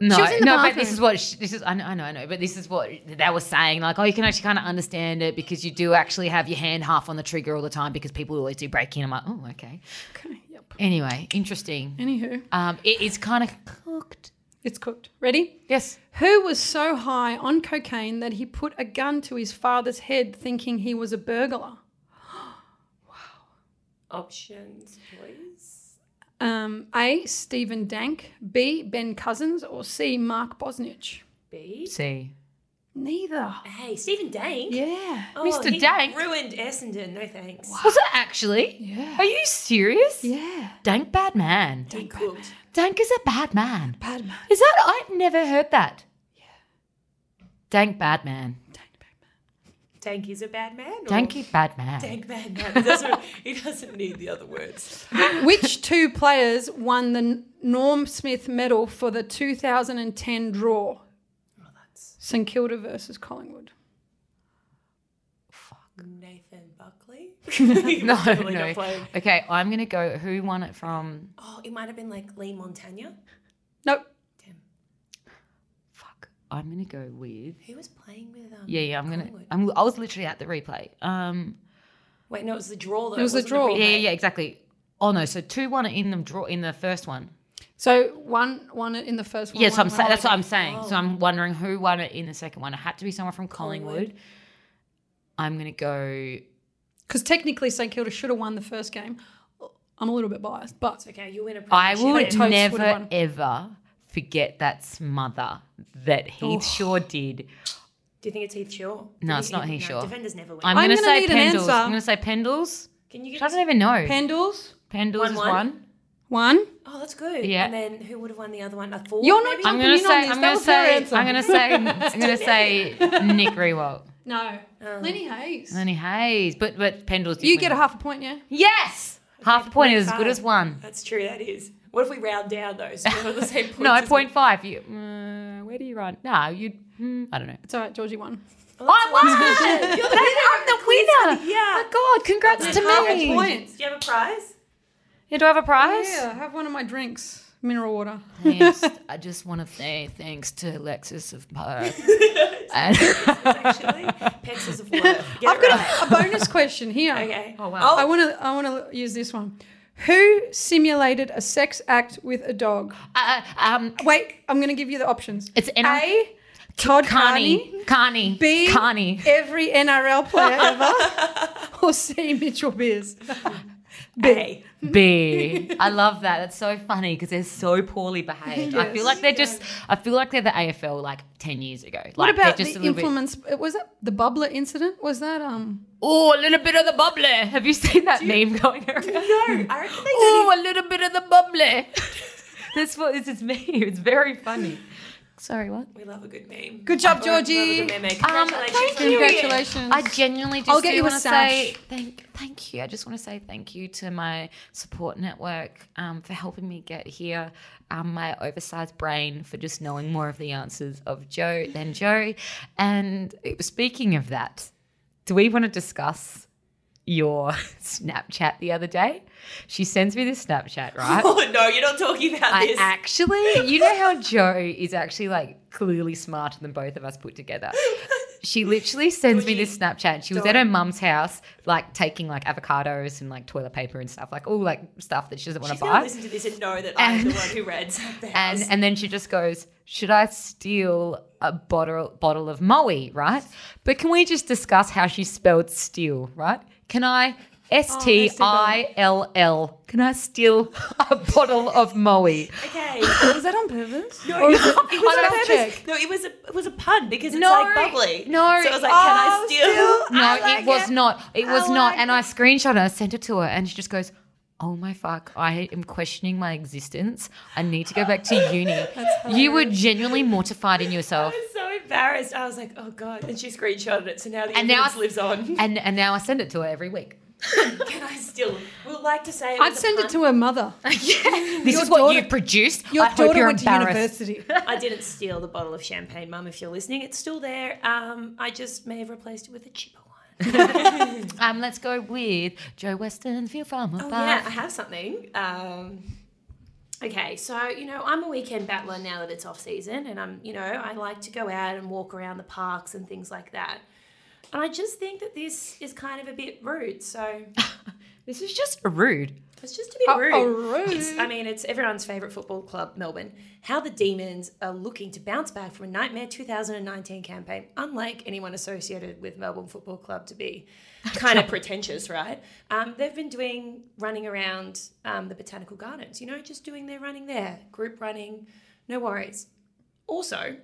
[SPEAKER 1] No,
[SPEAKER 2] She was in the
[SPEAKER 1] no, but
[SPEAKER 2] bathroom.
[SPEAKER 1] this is what she, this is. I know, I know, I know, but this is what they were saying. Like, oh, you can actually kind of understand it because you do actually have your hand half on the trigger all the time because people always do break in. I'm like, oh, okay.
[SPEAKER 2] Okay, yep.
[SPEAKER 1] Anyway, interesting.
[SPEAKER 2] Anywho,
[SPEAKER 1] Um, it is kind of cooked.
[SPEAKER 2] it's cooked. Ready?
[SPEAKER 1] Yes.
[SPEAKER 2] Who was so high on cocaine that he put a gun to his father's head thinking he was a burglar?
[SPEAKER 3] Options, please.
[SPEAKER 2] Um, a. Stephen Dank. B. Ben Cousins. Or C. Mark Bosnich?
[SPEAKER 3] B.
[SPEAKER 1] See.
[SPEAKER 2] Neither.
[SPEAKER 3] Hey, Stephen Dank.
[SPEAKER 2] Yeah.
[SPEAKER 3] Oh,
[SPEAKER 1] Mr.
[SPEAKER 3] he
[SPEAKER 1] Dank.
[SPEAKER 3] ruined Essendon. No thanks.
[SPEAKER 1] Was it actually?
[SPEAKER 2] Yeah.
[SPEAKER 1] Are you serious?
[SPEAKER 2] Yeah.
[SPEAKER 1] Dank bad man.
[SPEAKER 3] He cooked.
[SPEAKER 1] Dank is a bad man.
[SPEAKER 2] Bad man.
[SPEAKER 1] Is that? I've never heard that. Dank bad man.
[SPEAKER 2] Dank, bad man.
[SPEAKER 3] Dank is a bad man. or-
[SPEAKER 1] Danky bad man.
[SPEAKER 3] Dank bad man. He doesn't, he doesn't need the other words.
[SPEAKER 2] Which two players won the Norm Smith medal for the 2010 draw? Oh, St Kilda versus Collingwood.
[SPEAKER 3] Nathan Buckley. He
[SPEAKER 1] No,
[SPEAKER 3] was definitely not
[SPEAKER 1] no.
[SPEAKER 3] playing.
[SPEAKER 1] Okay, I'm gonna go. Who won it from?
[SPEAKER 3] Oh, it might have been like Lee Montagna.
[SPEAKER 2] Nope.
[SPEAKER 3] Damn.
[SPEAKER 1] Fuck. I'm gonna go with.
[SPEAKER 3] Who was playing with um?
[SPEAKER 1] Yeah, yeah. I'm gonna.
[SPEAKER 3] Collingwood?
[SPEAKER 1] I'm, I was literally at the replay. Um.
[SPEAKER 3] Wait, no, it was the draw. Though.
[SPEAKER 2] It was the
[SPEAKER 3] wasn't
[SPEAKER 2] draw.
[SPEAKER 3] replay.
[SPEAKER 1] Yeah, yeah, yeah. Exactly. Oh no. So two one in the draw in the first one.
[SPEAKER 2] So one one in the first one.
[SPEAKER 1] Yes,
[SPEAKER 2] one
[SPEAKER 1] I'm.
[SPEAKER 2] won.
[SPEAKER 1] Sa- that's what I'm saying. So I'm wondering who won it in the second one. It had to be someone from Collingwood.
[SPEAKER 3] Collingwood.
[SPEAKER 1] I'm gonna go.
[SPEAKER 2] Because technically, St Kilda should have won the first game. I'm a little bit biased, but
[SPEAKER 3] It's okay. You win a.
[SPEAKER 1] I
[SPEAKER 3] premiership.
[SPEAKER 1] would
[SPEAKER 2] Toast would've
[SPEAKER 1] never
[SPEAKER 2] won.
[SPEAKER 1] ever forget that smother that Heath Shaw did.
[SPEAKER 3] Do you think it's Heath Shaw?
[SPEAKER 1] No,
[SPEAKER 3] Heath-
[SPEAKER 1] it's not Heath Shaw.
[SPEAKER 3] Defenders never win.
[SPEAKER 1] I'm,
[SPEAKER 2] I'm
[SPEAKER 1] gonna,
[SPEAKER 2] gonna
[SPEAKER 1] say
[SPEAKER 2] need an
[SPEAKER 1] Pendles.
[SPEAKER 2] answer.
[SPEAKER 1] I'm gonna say Pendles.
[SPEAKER 3] Can you
[SPEAKER 1] She
[SPEAKER 3] get?
[SPEAKER 1] doesn't even know.
[SPEAKER 2] Pendles
[SPEAKER 1] Pendles
[SPEAKER 3] One,
[SPEAKER 1] is
[SPEAKER 3] one.
[SPEAKER 1] one.
[SPEAKER 2] one.
[SPEAKER 3] oh, that's good.
[SPEAKER 1] Yeah.
[SPEAKER 3] And then who would have won the other one? A four.
[SPEAKER 2] You're not
[SPEAKER 3] maybe?
[SPEAKER 2] jumping
[SPEAKER 1] I'm gonna
[SPEAKER 2] in on
[SPEAKER 1] say.
[SPEAKER 2] this.
[SPEAKER 1] I'm
[SPEAKER 2] That
[SPEAKER 1] gonna
[SPEAKER 2] was her
[SPEAKER 1] say.
[SPEAKER 2] answer.
[SPEAKER 1] I'm gonna say. I'm gonna say Nick Rewalt.
[SPEAKER 2] No, Lenny Hayes.
[SPEAKER 1] Um, Lenny Hayes, but but Pendles. Did
[SPEAKER 2] you
[SPEAKER 1] win.
[SPEAKER 2] get a half a point, yeah.
[SPEAKER 1] yes. Half a point is as
[SPEAKER 3] point
[SPEAKER 1] good as
[SPEAKER 3] five.
[SPEAKER 1] one.
[SPEAKER 3] That's true. That is. What if we round down though? So we're on the same point.
[SPEAKER 1] No, point five. You. Uh, where do you run? No, you. Mm, I don't know.
[SPEAKER 2] It's all right. Georgie won.
[SPEAKER 3] Oh,
[SPEAKER 1] I won.
[SPEAKER 3] You're the
[SPEAKER 1] I'm the winner. Oh
[SPEAKER 3] Yeah.
[SPEAKER 1] My God! Congrats
[SPEAKER 3] That's
[SPEAKER 1] to
[SPEAKER 3] half a
[SPEAKER 1] me.
[SPEAKER 2] point.
[SPEAKER 3] Do you have a prize?
[SPEAKER 1] Yeah, do I have a prize?
[SPEAKER 2] Yeah, have one of my drinks, mineral water.
[SPEAKER 1] Thanks. I just want to say thanks to Alexis of Perth. Uh, And-
[SPEAKER 3] Actually, Pexes of Love. Get
[SPEAKER 2] I've got
[SPEAKER 3] it right.
[SPEAKER 2] a, a bonus question here.
[SPEAKER 3] Okay.
[SPEAKER 1] Oh, wow.
[SPEAKER 2] I want to. I want to use this one. Who simulated a sex act with a dog?
[SPEAKER 1] uh, um,
[SPEAKER 2] Wait, I'm going to give you the options.
[SPEAKER 1] it's N-
[SPEAKER 2] A. Todd Carney.
[SPEAKER 1] Carney. Carney.
[SPEAKER 2] B.
[SPEAKER 1] Carney.
[SPEAKER 2] Every NRL player ever. or C. Mitchell Beers.
[SPEAKER 3] Hey.
[SPEAKER 1] B. I love that. That's so funny because they're so poorly behaved. I feel
[SPEAKER 2] Yes.
[SPEAKER 1] like they're just. I feel like they're the AFL like ten years ago. Like
[SPEAKER 2] What about
[SPEAKER 1] they're just
[SPEAKER 2] the
[SPEAKER 1] a little bit.
[SPEAKER 2] influence? uh, Was that the bubbler incident? Was that um?
[SPEAKER 1] Oh, a little bit of the bubbly. Have you seen that meme going around?
[SPEAKER 3] No, I reckon they don't
[SPEAKER 1] Oh, a little bit of the bubbly. That's what this is me. It's very funny. Sorry, what?
[SPEAKER 3] We love a good meme.
[SPEAKER 2] Good job,
[SPEAKER 3] Love a
[SPEAKER 2] Georgie.
[SPEAKER 3] good meme.
[SPEAKER 1] Um,
[SPEAKER 3] Congratulations.
[SPEAKER 1] thank
[SPEAKER 3] on your
[SPEAKER 1] you.
[SPEAKER 3] win.
[SPEAKER 2] Congratulations.
[SPEAKER 1] I genuinely just
[SPEAKER 2] I'll get
[SPEAKER 1] do
[SPEAKER 2] you a
[SPEAKER 1] want to say
[SPEAKER 2] sash.
[SPEAKER 1] thank thank you. I just want to say thank you to my support network um, for helping me get here. Um, my oversized brain for just knowing more of the answers of Joe than Joe. And speaking of that, do we want to discuss your Snapchat the other day? She sends me this Snapchat, right?
[SPEAKER 3] Oh no, you're not talking about
[SPEAKER 1] I
[SPEAKER 3] this.
[SPEAKER 1] actually, you know how Joe is actually like clearly smarter than both of us put together. She literally sends me this Snapchat. She was at her mum's house, like taking like avocados and like toilet paper and stuff, like all like stuff that she doesn't want
[SPEAKER 3] She's
[SPEAKER 1] to
[SPEAKER 3] gonna
[SPEAKER 1] buy.
[SPEAKER 3] listen to this and know that I'm the
[SPEAKER 1] And-
[SPEAKER 3] one who reads the
[SPEAKER 1] And
[SPEAKER 3] house.
[SPEAKER 1] and then she just goes, "Should I steal a bottle bottle of moe?" Right? But can we just discuss how she spelled steal? Right? Can I? Oh, S T I L L. Can I steal a bottle of moe?
[SPEAKER 3] okay.
[SPEAKER 2] Was that on purpose?
[SPEAKER 3] No, it was, it was
[SPEAKER 1] don't
[SPEAKER 3] on purpose.
[SPEAKER 2] check.
[SPEAKER 3] No, it was a it was a pun because it's
[SPEAKER 1] Oh, No,
[SPEAKER 3] like bubbly.
[SPEAKER 1] no.
[SPEAKER 3] so I was like, can I
[SPEAKER 2] Oh,
[SPEAKER 3] steal?
[SPEAKER 1] No,
[SPEAKER 2] still- I like
[SPEAKER 1] it was
[SPEAKER 2] it.
[SPEAKER 1] not. It was
[SPEAKER 2] I
[SPEAKER 1] not.
[SPEAKER 2] like
[SPEAKER 1] and I screenshot her, sent it to her, and she just goes, Oh my fuck, I am questioning my existence. I need to go back to uni. you were genuinely mortified in yourself.
[SPEAKER 3] I was so embarrassed. I was like, oh god. And she screenshotted it, so now the
[SPEAKER 1] And
[SPEAKER 3] and
[SPEAKER 1] now
[SPEAKER 3] now lives on.
[SPEAKER 1] And and now I send it to her every week.
[SPEAKER 3] Can I steal? We'll like to say.
[SPEAKER 2] I'd send it to her mother.
[SPEAKER 1] This
[SPEAKER 2] Your
[SPEAKER 1] is what
[SPEAKER 2] daughter-
[SPEAKER 1] you've produced.
[SPEAKER 2] Your
[SPEAKER 1] I hope
[SPEAKER 2] daughter
[SPEAKER 1] you're
[SPEAKER 2] went to
[SPEAKER 1] embarrassed.
[SPEAKER 2] university.
[SPEAKER 3] I didn't steal the bottle of champagne, Mum. If you're listening, it's still there. Um, I just may have replaced it with a cheaper one.
[SPEAKER 1] Um, let's go with Joe Weston, Feel Farm
[SPEAKER 3] Oh yeah, I have something. Um, okay, so you know I'm a weekend battler now that it's off season, and I'm you know I like to go out and walk around the parks and things like that. And I just think that this is kind of a bit rude. So
[SPEAKER 1] This is just rude.
[SPEAKER 3] it's just a bit
[SPEAKER 2] Uh,
[SPEAKER 3] rude.
[SPEAKER 2] oh, rude.
[SPEAKER 3] It's, I mean, it's everyone's favorite football club, Melbourne. How the Demons are looking to bounce back from a nightmare 2019 campaign, unlike anyone associated with Melbourne Football Club to be kind of pretentious, right? Um, they've been doing running around um, the botanical gardens, you know, just doing their running there, group running, no worries. Also,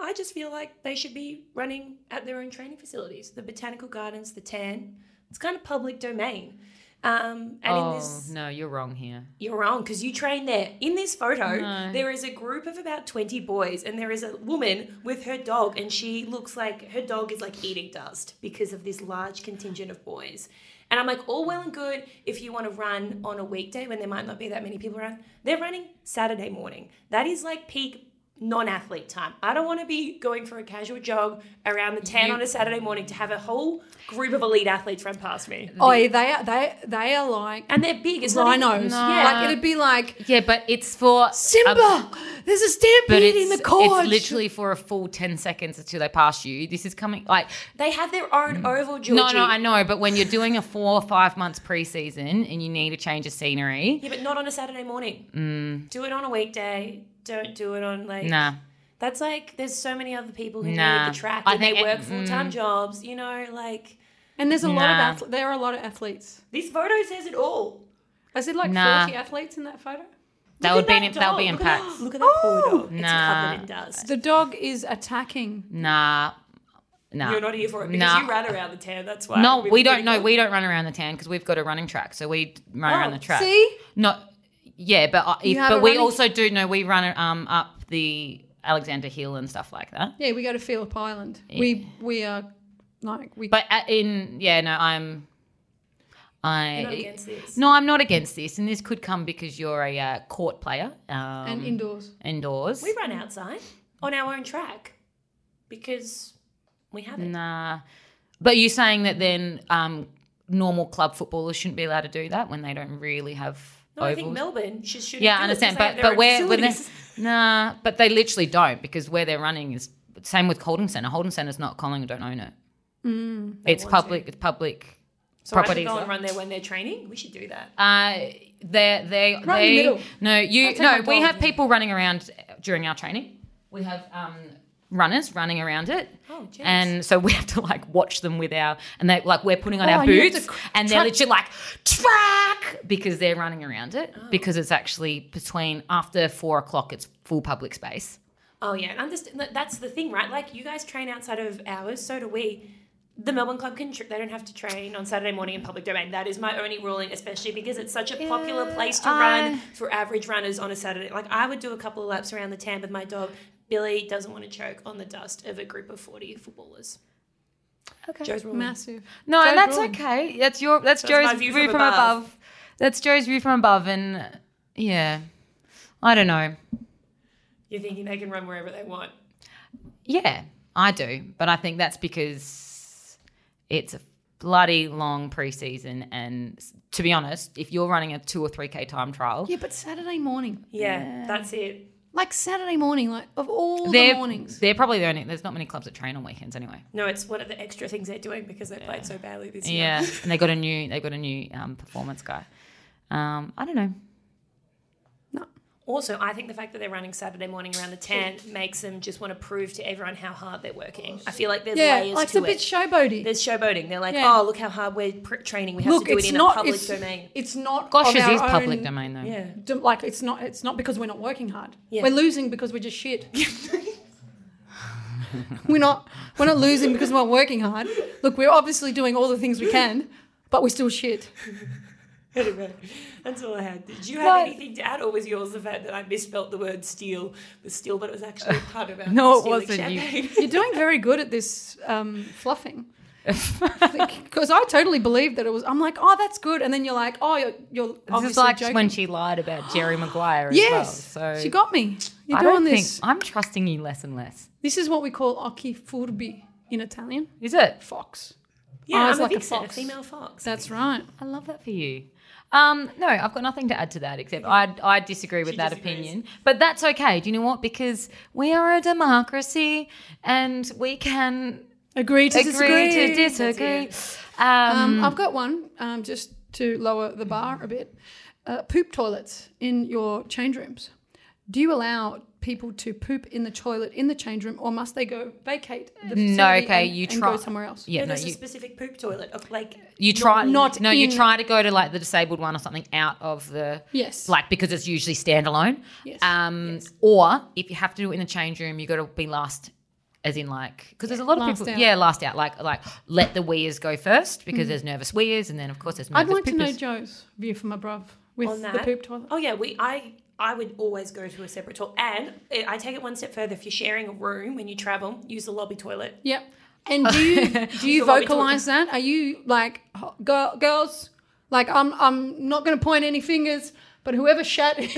[SPEAKER 3] I just feel like they should be running at their own training facilities, the botanical gardens, the tan. It's kind of public domain. Um, and in
[SPEAKER 1] Oh
[SPEAKER 3] this,
[SPEAKER 1] no, you're wrong here.
[SPEAKER 3] you're wrong because you train there. In this photo,
[SPEAKER 1] No.
[SPEAKER 3] there is a group of about 20 boys, and there is a woman with her dog, and she looks like her dog is like eating dust because of this large contingent of boys. And I'm like, all well and good if you want to run on a weekday when there might not be that many people around. They're running Saturday morning. That is like peak non athlete time. I don't want to be going for a casual jog around the 10
[SPEAKER 1] You-
[SPEAKER 3] on a Saturday morning to have a whole group of elite athletes run past me.
[SPEAKER 2] Oi, Oh, they are they they are like
[SPEAKER 3] And they're big. It's not even-
[SPEAKER 2] rhinos.
[SPEAKER 1] No.
[SPEAKER 2] Like it'd be like
[SPEAKER 1] Yeah, but it's for
[SPEAKER 2] Simba.
[SPEAKER 1] a-
[SPEAKER 2] there's a stampede in the gorge.
[SPEAKER 1] it's literally for a full ten seconds until they pass you. This is coming like
[SPEAKER 3] They have their own
[SPEAKER 1] Mm.
[SPEAKER 3] oval, Georgie.
[SPEAKER 1] no, no, I know, but when you're doing a four or five months preseason and you need a change of scenery,
[SPEAKER 3] Yeah, but not on a Saturday morning. Do it on a weekday. Don't do it on like.
[SPEAKER 1] Mm. nah,
[SPEAKER 3] That's like there's so many other people who
[SPEAKER 1] Nah. mm.
[SPEAKER 3] need the track
[SPEAKER 1] I
[SPEAKER 3] and they
[SPEAKER 1] think it-
[SPEAKER 3] work full time jobs. You know, like
[SPEAKER 2] and there's a lot
[SPEAKER 1] Nah.
[SPEAKER 2] of athle- there are a lot of athletes.
[SPEAKER 3] this photo says it all.
[SPEAKER 2] I said like
[SPEAKER 1] Nah.
[SPEAKER 2] 40 athletes in that photo.
[SPEAKER 1] they'll
[SPEAKER 3] Look at
[SPEAKER 1] be in,
[SPEAKER 3] that
[SPEAKER 1] they'll be
[SPEAKER 3] dog.
[SPEAKER 1] in
[SPEAKER 3] Look at
[SPEAKER 1] packs.
[SPEAKER 3] that- Look at that poor
[SPEAKER 2] Oh.
[SPEAKER 3] dog. It's
[SPEAKER 1] Nah.
[SPEAKER 3] covered in dust.
[SPEAKER 2] The dog is attacking.
[SPEAKER 1] Nah, nah.
[SPEAKER 3] You're not here for it because
[SPEAKER 1] Nah.
[SPEAKER 3] you ran around the town. That's why.
[SPEAKER 1] no,
[SPEAKER 3] We've
[SPEAKER 1] we don't.
[SPEAKER 3] been-
[SPEAKER 1] No, we don't run around the town because we've got a running track, so we run around
[SPEAKER 3] Oh,
[SPEAKER 1] the track.
[SPEAKER 2] See?
[SPEAKER 1] No, yeah, but I,
[SPEAKER 2] You
[SPEAKER 1] if,
[SPEAKER 2] have a
[SPEAKER 1] but we
[SPEAKER 2] running-
[SPEAKER 1] also do know we run um up the Alexander Hill and stuff like that.
[SPEAKER 2] Yeah, we go to Phillip Island. We we are like we
[SPEAKER 1] But uh, in yeah, no, I'm. I
[SPEAKER 3] You're not against this.
[SPEAKER 1] no, I'm not against this, and this could come because you're a uh, court player um,
[SPEAKER 2] and indoors.
[SPEAKER 1] indoors.
[SPEAKER 3] We run outside on our own track because we have it.
[SPEAKER 1] Nah, but you're saying that then um, normal club footballers shouldn't be allowed to do that when they don't really have.
[SPEAKER 3] No, I think
[SPEAKER 1] ovals?
[SPEAKER 3] Melbourne should. should
[SPEAKER 1] Yeah,
[SPEAKER 3] do
[SPEAKER 1] I
[SPEAKER 3] it 'cause
[SPEAKER 1] understand.
[SPEAKER 3] they have
[SPEAKER 1] But
[SPEAKER 3] their
[SPEAKER 1] but
[SPEAKER 3] own
[SPEAKER 1] where when they
[SPEAKER 3] facilities.
[SPEAKER 1] nah, but they literally don't because where they're running is same with Holden Centre. Holden Centre's not Collingwood don't own it. it's
[SPEAKER 3] Mm, want to.
[SPEAKER 1] public. It's public
[SPEAKER 3] so
[SPEAKER 1] properties.
[SPEAKER 3] I should go and run there when they're training. We should do that.
[SPEAKER 1] Uh, they they
[SPEAKER 2] Right in the
[SPEAKER 1] they
[SPEAKER 2] middle.
[SPEAKER 1] no you
[SPEAKER 2] I'll take my
[SPEAKER 1] no we
[SPEAKER 2] dog.
[SPEAKER 1] have people running around during our training. We have um, runners running around it.
[SPEAKER 3] Oh, jeez.
[SPEAKER 1] And so we have to like watch them with our and they like we're putting on
[SPEAKER 2] Oh,
[SPEAKER 1] our
[SPEAKER 2] and you have to
[SPEAKER 1] boots
[SPEAKER 2] cr-
[SPEAKER 1] and they're
[SPEAKER 2] track-
[SPEAKER 1] literally like track because they're running around it because it's actually between after four o'clock it's full public space.
[SPEAKER 3] Oh yeah, and understand. that- That's the thing, right? Like you guys train outside of hours, so do we. The Melbourne Club can tr they don't have to train on Saturday morning in public domain. That is my only ruling, especially because it's such a popular
[SPEAKER 1] Yeah,
[SPEAKER 3] place to
[SPEAKER 1] I-
[SPEAKER 3] run for average runners on a Saturday. Like I would do a couple of laps around the town with my dog. Billy doesn't want to choke on the dust of a group of forty footballers.
[SPEAKER 1] Okay.
[SPEAKER 3] Joe's ruling.
[SPEAKER 2] Massive.
[SPEAKER 1] No, and
[SPEAKER 2] Joe
[SPEAKER 1] that's
[SPEAKER 2] Braun.
[SPEAKER 1] okay. That's your that's,
[SPEAKER 3] That's my
[SPEAKER 1] Joe's
[SPEAKER 3] view
[SPEAKER 1] view,
[SPEAKER 3] from
[SPEAKER 1] from,
[SPEAKER 3] above.
[SPEAKER 1] above. That's Joe's view from above and uh, yeah. I don't know.
[SPEAKER 3] You're thinking they can run wherever they want.
[SPEAKER 1] Yeah, I do. But I think that's because it's a bloody long preseason. And s- to be honest, if you're running a two or 3K time trial,
[SPEAKER 2] Yeah, but Saturday morning.
[SPEAKER 3] Yeah, that's it.
[SPEAKER 2] Like Saturday morning, like of all the
[SPEAKER 1] they're,
[SPEAKER 2] mornings.
[SPEAKER 1] they're probably the only, there's not many clubs that train on weekends anyway.
[SPEAKER 3] No, it's one of the extra things they're doing because they played so badly this year.
[SPEAKER 1] Yeah. and they got a new, they got a new um, performance guy. Um, I don't know.
[SPEAKER 2] No.
[SPEAKER 3] Also, I think the fact that they're running Saturday morning around the tan makes them just want to prove to everyone how hard they're working. I feel like there's
[SPEAKER 2] Yeah,
[SPEAKER 3] layers
[SPEAKER 2] like it's
[SPEAKER 3] to
[SPEAKER 2] a bit
[SPEAKER 3] it.
[SPEAKER 2] showboaty.
[SPEAKER 3] there's showboating. They're like,
[SPEAKER 2] Yeah.
[SPEAKER 3] oh, look how hard we're pr- training. We have
[SPEAKER 2] Look,
[SPEAKER 3] to do it
[SPEAKER 2] it's
[SPEAKER 3] in
[SPEAKER 2] not
[SPEAKER 3] a public
[SPEAKER 2] it's,
[SPEAKER 3] domain.
[SPEAKER 2] It's not
[SPEAKER 1] Gosh,
[SPEAKER 2] of
[SPEAKER 1] it
[SPEAKER 2] our
[SPEAKER 1] is public
[SPEAKER 2] own-
[SPEAKER 1] domain though.
[SPEAKER 3] Yeah.
[SPEAKER 2] dom- Like it's not it's not because we're not working hard.
[SPEAKER 3] Yeah.
[SPEAKER 2] We're losing because we're just shit. we're not we're not losing because we're not working hard. Look, we're obviously doing all the things we can, but we're still shit.
[SPEAKER 3] Anyway, that's all I had. Did you have
[SPEAKER 2] No.
[SPEAKER 3] anything to add, or was yours the fact that I misspelt the word steal with steel, but it was actually a part about
[SPEAKER 1] No, it
[SPEAKER 3] stealing
[SPEAKER 1] wasn't. You-
[SPEAKER 3] champagne?
[SPEAKER 2] You're doing very good at this um, fluffing. Because I totally believed that it was. I'm like, oh, that's good, and then you're like, oh, you're, you're
[SPEAKER 1] This is
[SPEAKER 2] obviously
[SPEAKER 1] like
[SPEAKER 2] joking.
[SPEAKER 1] when she lied about Jerry Maguire as
[SPEAKER 2] yes,
[SPEAKER 1] well. So
[SPEAKER 2] she got me. You're
[SPEAKER 1] I
[SPEAKER 2] doing
[SPEAKER 1] don't
[SPEAKER 2] this.
[SPEAKER 1] think I'm trusting you less and less.
[SPEAKER 2] This is what we call occhi furbi in Italian.
[SPEAKER 1] Is it?
[SPEAKER 2] Fox.
[SPEAKER 3] Yeah,
[SPEAKER 2] I
[SPEAKER 3] I
[SPEAKER 2] was
[SPEAKER 3] am
[SPEAKER 2] like
[SPEAKER 3] a
[SPEAKER 2] a
[SPEAKER 3] vixen, a,
[SPEAKER 2] fox.
[SPEAKER 3] female fox.
[SPEAKER 2] That's right.
[SPEAKER 1] I love that for you. Um, no, I've got nothing to add to that except I, I disagree with
[SPEAKER 3] She
[SPEAKER 1] that
[SPEAKER 3] disagrees.
[SPEAKER 1] opinion. But that's okay. Do you know what? Because we are a democracy and we can
[SPEAKER 2] Agree to
[SPEAKER 1] agree to
[SPEAKER 2] disagree.
[SPEAKER 1] disagree.
[SPEAKER 2] Um,
[SPEAKER 1] Um,
[SPEAKER 2] I've got one um, just to lower the bar a bit. Uh, poop toilets in your change rooms. Do you allow people to poop in the toilet in the change room, or must they go vacate the facility
[SPEAKER 1] No, okay,
[SPEAKER 2] and,
[SPEAKER 1] you
[SPEAKER 2] and
[SPEAKER 1] try-
[SPEAKER 2] go somewhere else?
[SPEAKER 1] yeah,
[SPEAKER 3] no,
[SPEAKER 1] no,
[SPEAKER 3] there's a
[SPEAKER 1] you,
[SPEAKER 3] specific poop toilet of like
[SPEAKER 1] you try
[SPEAKER 2] not
[SPEAKER 1] no, you
[SPEAKER 2] in-
[SPEAKER 1] try to go to like the disabled one or something out of the
[SPEAKER 2] Yes.
[SPEAKER 1] like because it's usually standalone.
[SPEAKER 2] Yes.
[SPEAKER 1] Um, or if you have to do it in the change room, you got to be last, as in like because there's a lot of
[SPEAKER 2] Last
[SPEAKER 1] people.
[SPEAKER 2] out. Mm.
[SPEAKER 1] Yeah, last out. Like like let the weeers go first because there's nervous weers, and then of course there's nervous
[SPEAKER 2] I'd like to know
[SPEAKER 1] poopers.
[SPEAKER 2] Joe's view from above with
[SPEAKER 3] on that.
[SPEAKER 2] the poop toilet.
[SPEAKER 3] Oh yeah, we I I would always go to a separate toilet, and I- I take it one step further. If you're sharing a room when you travel, use the lobby toilet.
[SPEAKER 2] Yep. And do you do you
[SPEAKER 3] So what we
[SPEAKER 2] vocalize that? Are you like "Ho- girl, girls? Like I'm I'm not going to point any fingers, but whoever shat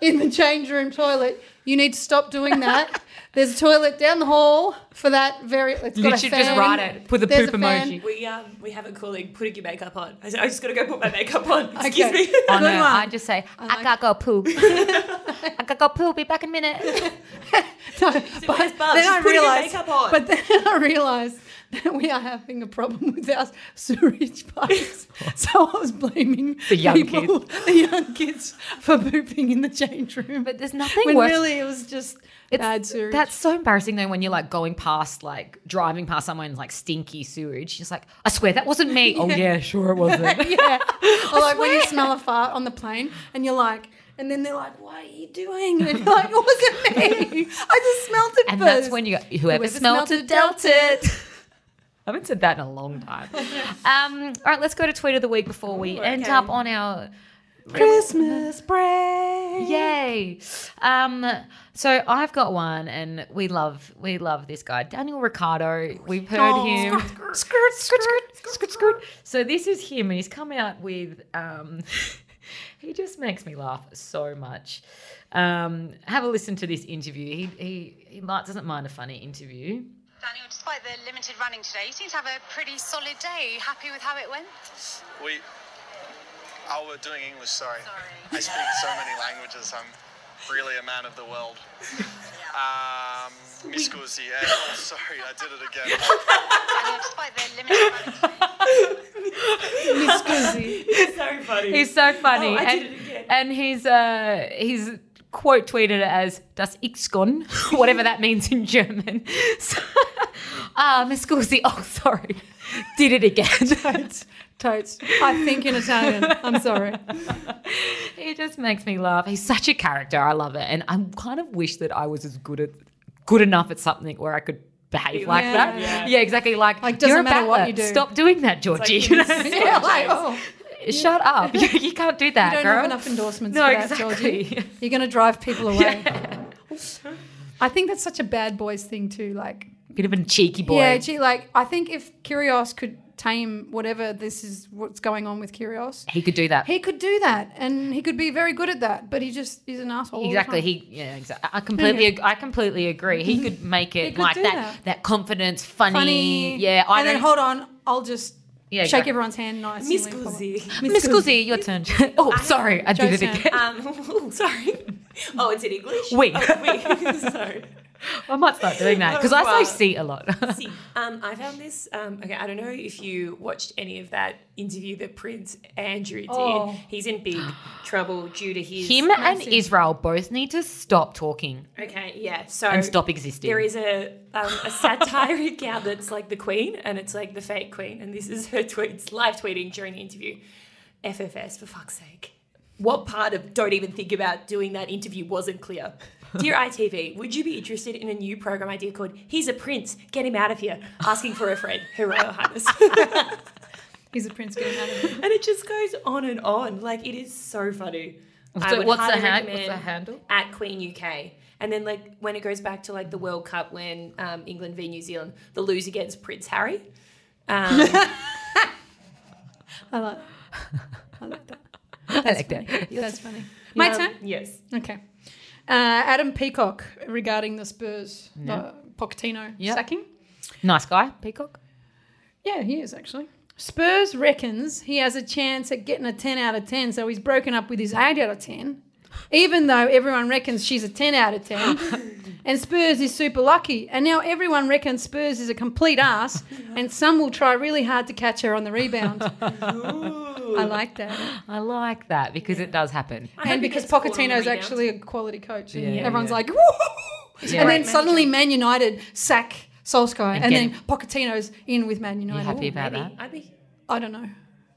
[SPEAKER 2] in the change room toilet, you need to stop doing that. There's a toilet down the hall for that. Very. It's got
[SPEAKER 1] You
[SPEAKER 2] a
[SPEAKER 1] should
[SPEAKER 2] fan.
[SPEAKER 1] just write it. Put the
[SPEAKER 2] There's
[SPEAKER 1] poop
[SPEAKER 2] a fan.
[SPEAKER 1] emoji.
[SPEAKER 3] We um we have a colleague putting your makeup on. I, said, I just gotta go put my makeup on. Excuse
[SPEAKER 2] Okay.
[SPEAKER 3] me.
[SPEAKER 1] Oh, no,
[SPEAKER 2] Good one.
[SPEAKER 1] I just say I,
[SPEAKER 2] like-
[SPEAKER 1] gotta go poo. I gotta go poo. Be back in a minute.
[SPEAKER 2] No, but
[SPEAKER 3] Miss Barb's
[SPEAKER 2] then I
[SPEAKER 3] just putting her
[SPEAKER 2] realized.
[SPEAKER 3] makeup on.
[SPEAKER 2] But then I realized that we are having a problem with our sewage pipes. so I was blaming
[SPEAKER 1] The young
[SPEAKER 2] people, the young kids, for pooping in the change room.
[SPEAKER 1] But there's nothing
[SPEAKER 2] when
[SPEAKER 1] worse.
[SPEAKER 2] really it was just
[SPEAKER 1] It's-
[SPEAKER 2] bad sewage.
[SPEAKER 1] That's so embarrassing though when you're like going past, like driving past someone like stinky sewage. Just like, I swear that wasn't me. Oh yeah, sure it wasn't.
[SPEAKER 2] yeah. Or like when you smell a fart on the plane and you're like, and then they're like, "What are you doing?" And you're like, "It wasn't me. I just smelled it
[SPEAKER 1] And
[SPEAKER 2] first.
[SPEAKER 1] that's when you go, whoever,
[SPEAKER 2] Whoever
[SPEAKER 1] smelt,
[SPEAKER 2] smelt
[SPEAKER 1] it
[SPEAKER 2] it
[SPEAKER 1] dealt it. I haven't said that in a long time. um, all right, let's go to tweet of the week before we
[SPEAKER 3] Ooh,
[SPEAKER 1] end
[SPEAKER 3] okay.
[SPEAKER 1] up on our
[SPEAKER 2] Christmas break.
[SPEAKER 1] yay. Um, so I've got one, and we love we love this guy, Daniel Ricardo. We've heard
[SPEAKER 2] Oh.
[SPEAKER 1] him.
[SPEAKER 3] Skirt,
[SPEAKER 1] skirt, skirt, skirt, skirt, skirt. So this is him, and he's come out with. Um, he just makes me laugh so much. Um, have a listen to this interview. He he, he li- doesn't mind a funny interview.
[SPEAKER 4] Daniel, despite the limited running today, you seem to have a pretty solid day. Happy with how it went?
[SPEAKER 5] We. Oh, we're doing English, sorry.
[SPEAKER 4] Sorry.
[SPEAKER 5] I speak so many languages, I'm really a man of the world. Um, Miscusi, eh? oh, sorry, I did it again.
[SPEAKER 4] Daniel, despite the limited running today,
[SPEAKER 3] It's so funny.
[SPEAKER 1] He's so funny.
[SPEAKER 3] Oh, I
[SPEAKER 1] and,
[SPEAKER 3] did it again.
[SPEAKER 1] and he's uh he's quote tweeted it as das Ixgon, whatever that means in German. So, ah, Miss Guzzi, oh sorry. Did it again.
[SPEAKER 2] Totes. I think in Italian. I'm sorry.
[SPEAKER 1] he just makes me laugh. He's such a character. I love it. And I kind of wish that I was as good at good enough at something where I could behave like
[SPEAKER 2] Yeah.
[SPEAKER 1] that.
[SPEAKER 3] Yeah.
[SPEAKER 1] Yeah, exactly. Like,
[SPEAKER 2] Like, doesn't
[SPEAKER 1] you're a
[SPEAKER 2] matter what
[SPEAKER 1] battler.
[SPEAKER 2] you do.
[SPEAKER 1] Stop doing that, Georgie.
[SPEAKER 3] It's
[SPEAKER 1] You
[SPEAKER 3] like,
[SPEAKER 1] know?
[SPEAKER 3] this is
[SPEAKER 2] Yeah, like, oh,
[SPEAKER 1] Shut up. You, you can't do that,
[SPEAKER 2] you don't
[SPEAKER 1] girl.
[SPEAKER 2] have enough endorsements
[SPEAKER 1] No,
[SPEAKER 2] for that,
[SPEAKER 1] exactly.
[SPEAKER 2] Georgie. You're going to drive people away. I think that's such a bad boys thing too. Like,
[SPEAKER 1] Bit of a cheeky boy.
[SPEAKER 2] yeah, gee, like I think if Kyrios could tame whatever this is, what's going on with Kyrios,
[SPEAKER 1] he could do that.
[SPEAKER 2] he could do that, and he could be very good at that. But he just is an asshole. all the
[SPEAKER 1] Exactly.
[SPEAKER 2] time.
[SPEAKER 1] He yeah. Exactly. I completely. ag- I completely agree. He could make it
[SPEAKER 2] Mm-hmm. could
[SPEAKER 1] like
[SPEAKER 2] do
[SPEAKER 1] that, that.
[SPEAKER 2] that.
[SPEAKER 1] confidence, funny.
[SPEAKER 2] funny.
[SPEAKER 1] Yeah. I
[SPEAKER 2] and
[SPEAKER 1] don't,
[SPEAKER 2] then hold on, I'll just
[SPEAKER 1] Yeah,
[SPEAKER 2] shake
[SPEAKER 1] exactly.
[SPEAKER 2] everyone's hand nicely.
[SPEAKER 3] Miss Guzzi.
[SPEAKER 1] Miss Guzzi, your turn. oh, sorry, I did it
[SPEAKER 2] Joe's
[SPEAKER 1] again.
[SPEAKER 3] Um, sorry. Oh, it's in English.
[SPEAKER 1] We.
[SPEAKER 3] Oh, we. sorry.
[SPEAKER 1] I might start doing that because I
[SPEAKER 3] Wow.
[SPEAKER 1] say "see" a lot.
[SPEAKER 3] See, um, I found this. Um, okay, I don't know if you watched any of that interview that Prince Andrew did.
[SPEAKER 2] Oh.
[SPEAKER 3] He's in big trouble due to his
[SPEAKER 1] Him and
[SPEAKER 2] Massive.
[SPEAKER 1] Israel both need to stop talking
[SPEAKER 3] Okay, yeah. So
[SPEAKER 2] Oh,
[SPEAKER 1] and stop existing.
[SPEAKER 3] There is a um, a satire account that's like the Queen, and it's like the fake Queen, and this is her tweets live tweeting during the interview. FFS, for fuck's sake. What part of don't even think about doing that interview wasn't clear? Dear ITV, would you be interested in a new program idea called He's a Prince, Get Him Out of Here, asking for a friend, Her Royal Highness?
[SPEAKER 2] He's a prince getting out of it.
[SPEAKER 3] and it just goes on and on. Like, it is so funny. I
[SPEAKER 1] So
[SPEAKER 3] would
[SPEAKER 1] what's the
[SPEAKER 3] highly
[SPEAKER 1] hand, what's
[SPEAKER 3] recommend-
[SPEAKER 1] the handle?
[SPEAKER 3] at Queen UK. And then like when it goes back to like the World Cup when um, England v New Zealand, the lose against Prince Harry. Um,
[SPEAKER 2] I like.
[SPEAKER 1] I like that.
[SPEAKER 2] That's funny. My
[SPEAKER 3] um,
[SPEAKER 2] turn.
[SPEAKER 3] Yes.
[SPEAKER 2] Okay. Uh, Adam Peacock regarding the Spurs, uh, Pochettino
[SPEAKER 1] Yep.
[SPEAKER 2] sacking.
[SPEAKER 1] Nice guy, Peacock.
[SPEAKER 2] Yeah, he is actually. Spurs reckons he has a chance at getting a 10 out of 10, so he's broken up with his 8 out of 10, even though everyone reckons she's a 10 out of 10. and Spurs is super lucky. And now everyone reckons Spurs is a complete ass, and some will try really hard to catch her on the rebound. I like that.
[SPEAKER 1] I like that because it does happen.
[SPEAKER 3] I hope
[SPEAKER 2] And
[SPEAKER 3] he
[SPEAKER 2] because
[SPEAKER 3] gets caught on the
[SPEAKER 2] Pochettino's
[SPEAKER 3] rebound.
[SPEAKER 2] actually a quality coach, and
[SPEAKER 1] Yeah,
[SPEAKER 2] everyone's
[SPEAKER 1] yeah.
[SPEAKER 2] like, woo!
[SPEAKER 1] a
[SPEAKER 2] And
[SPEAKER 1] great
[SPEAKER 2] then suddenly Man United sack Solskjaer,
[SPEAKER 1] get
[SPEAKER 2] and, then
[SPEAKER 1] him.
[SPEAKER 2] Pochettino's in with Man United.
[SPEAKER 1] happy about
[SPEAKER 3] Maybe.
[SPEAKER 1] that?
[SPEAKER 3] I'd be.
[SPEAKER 2] I don't know.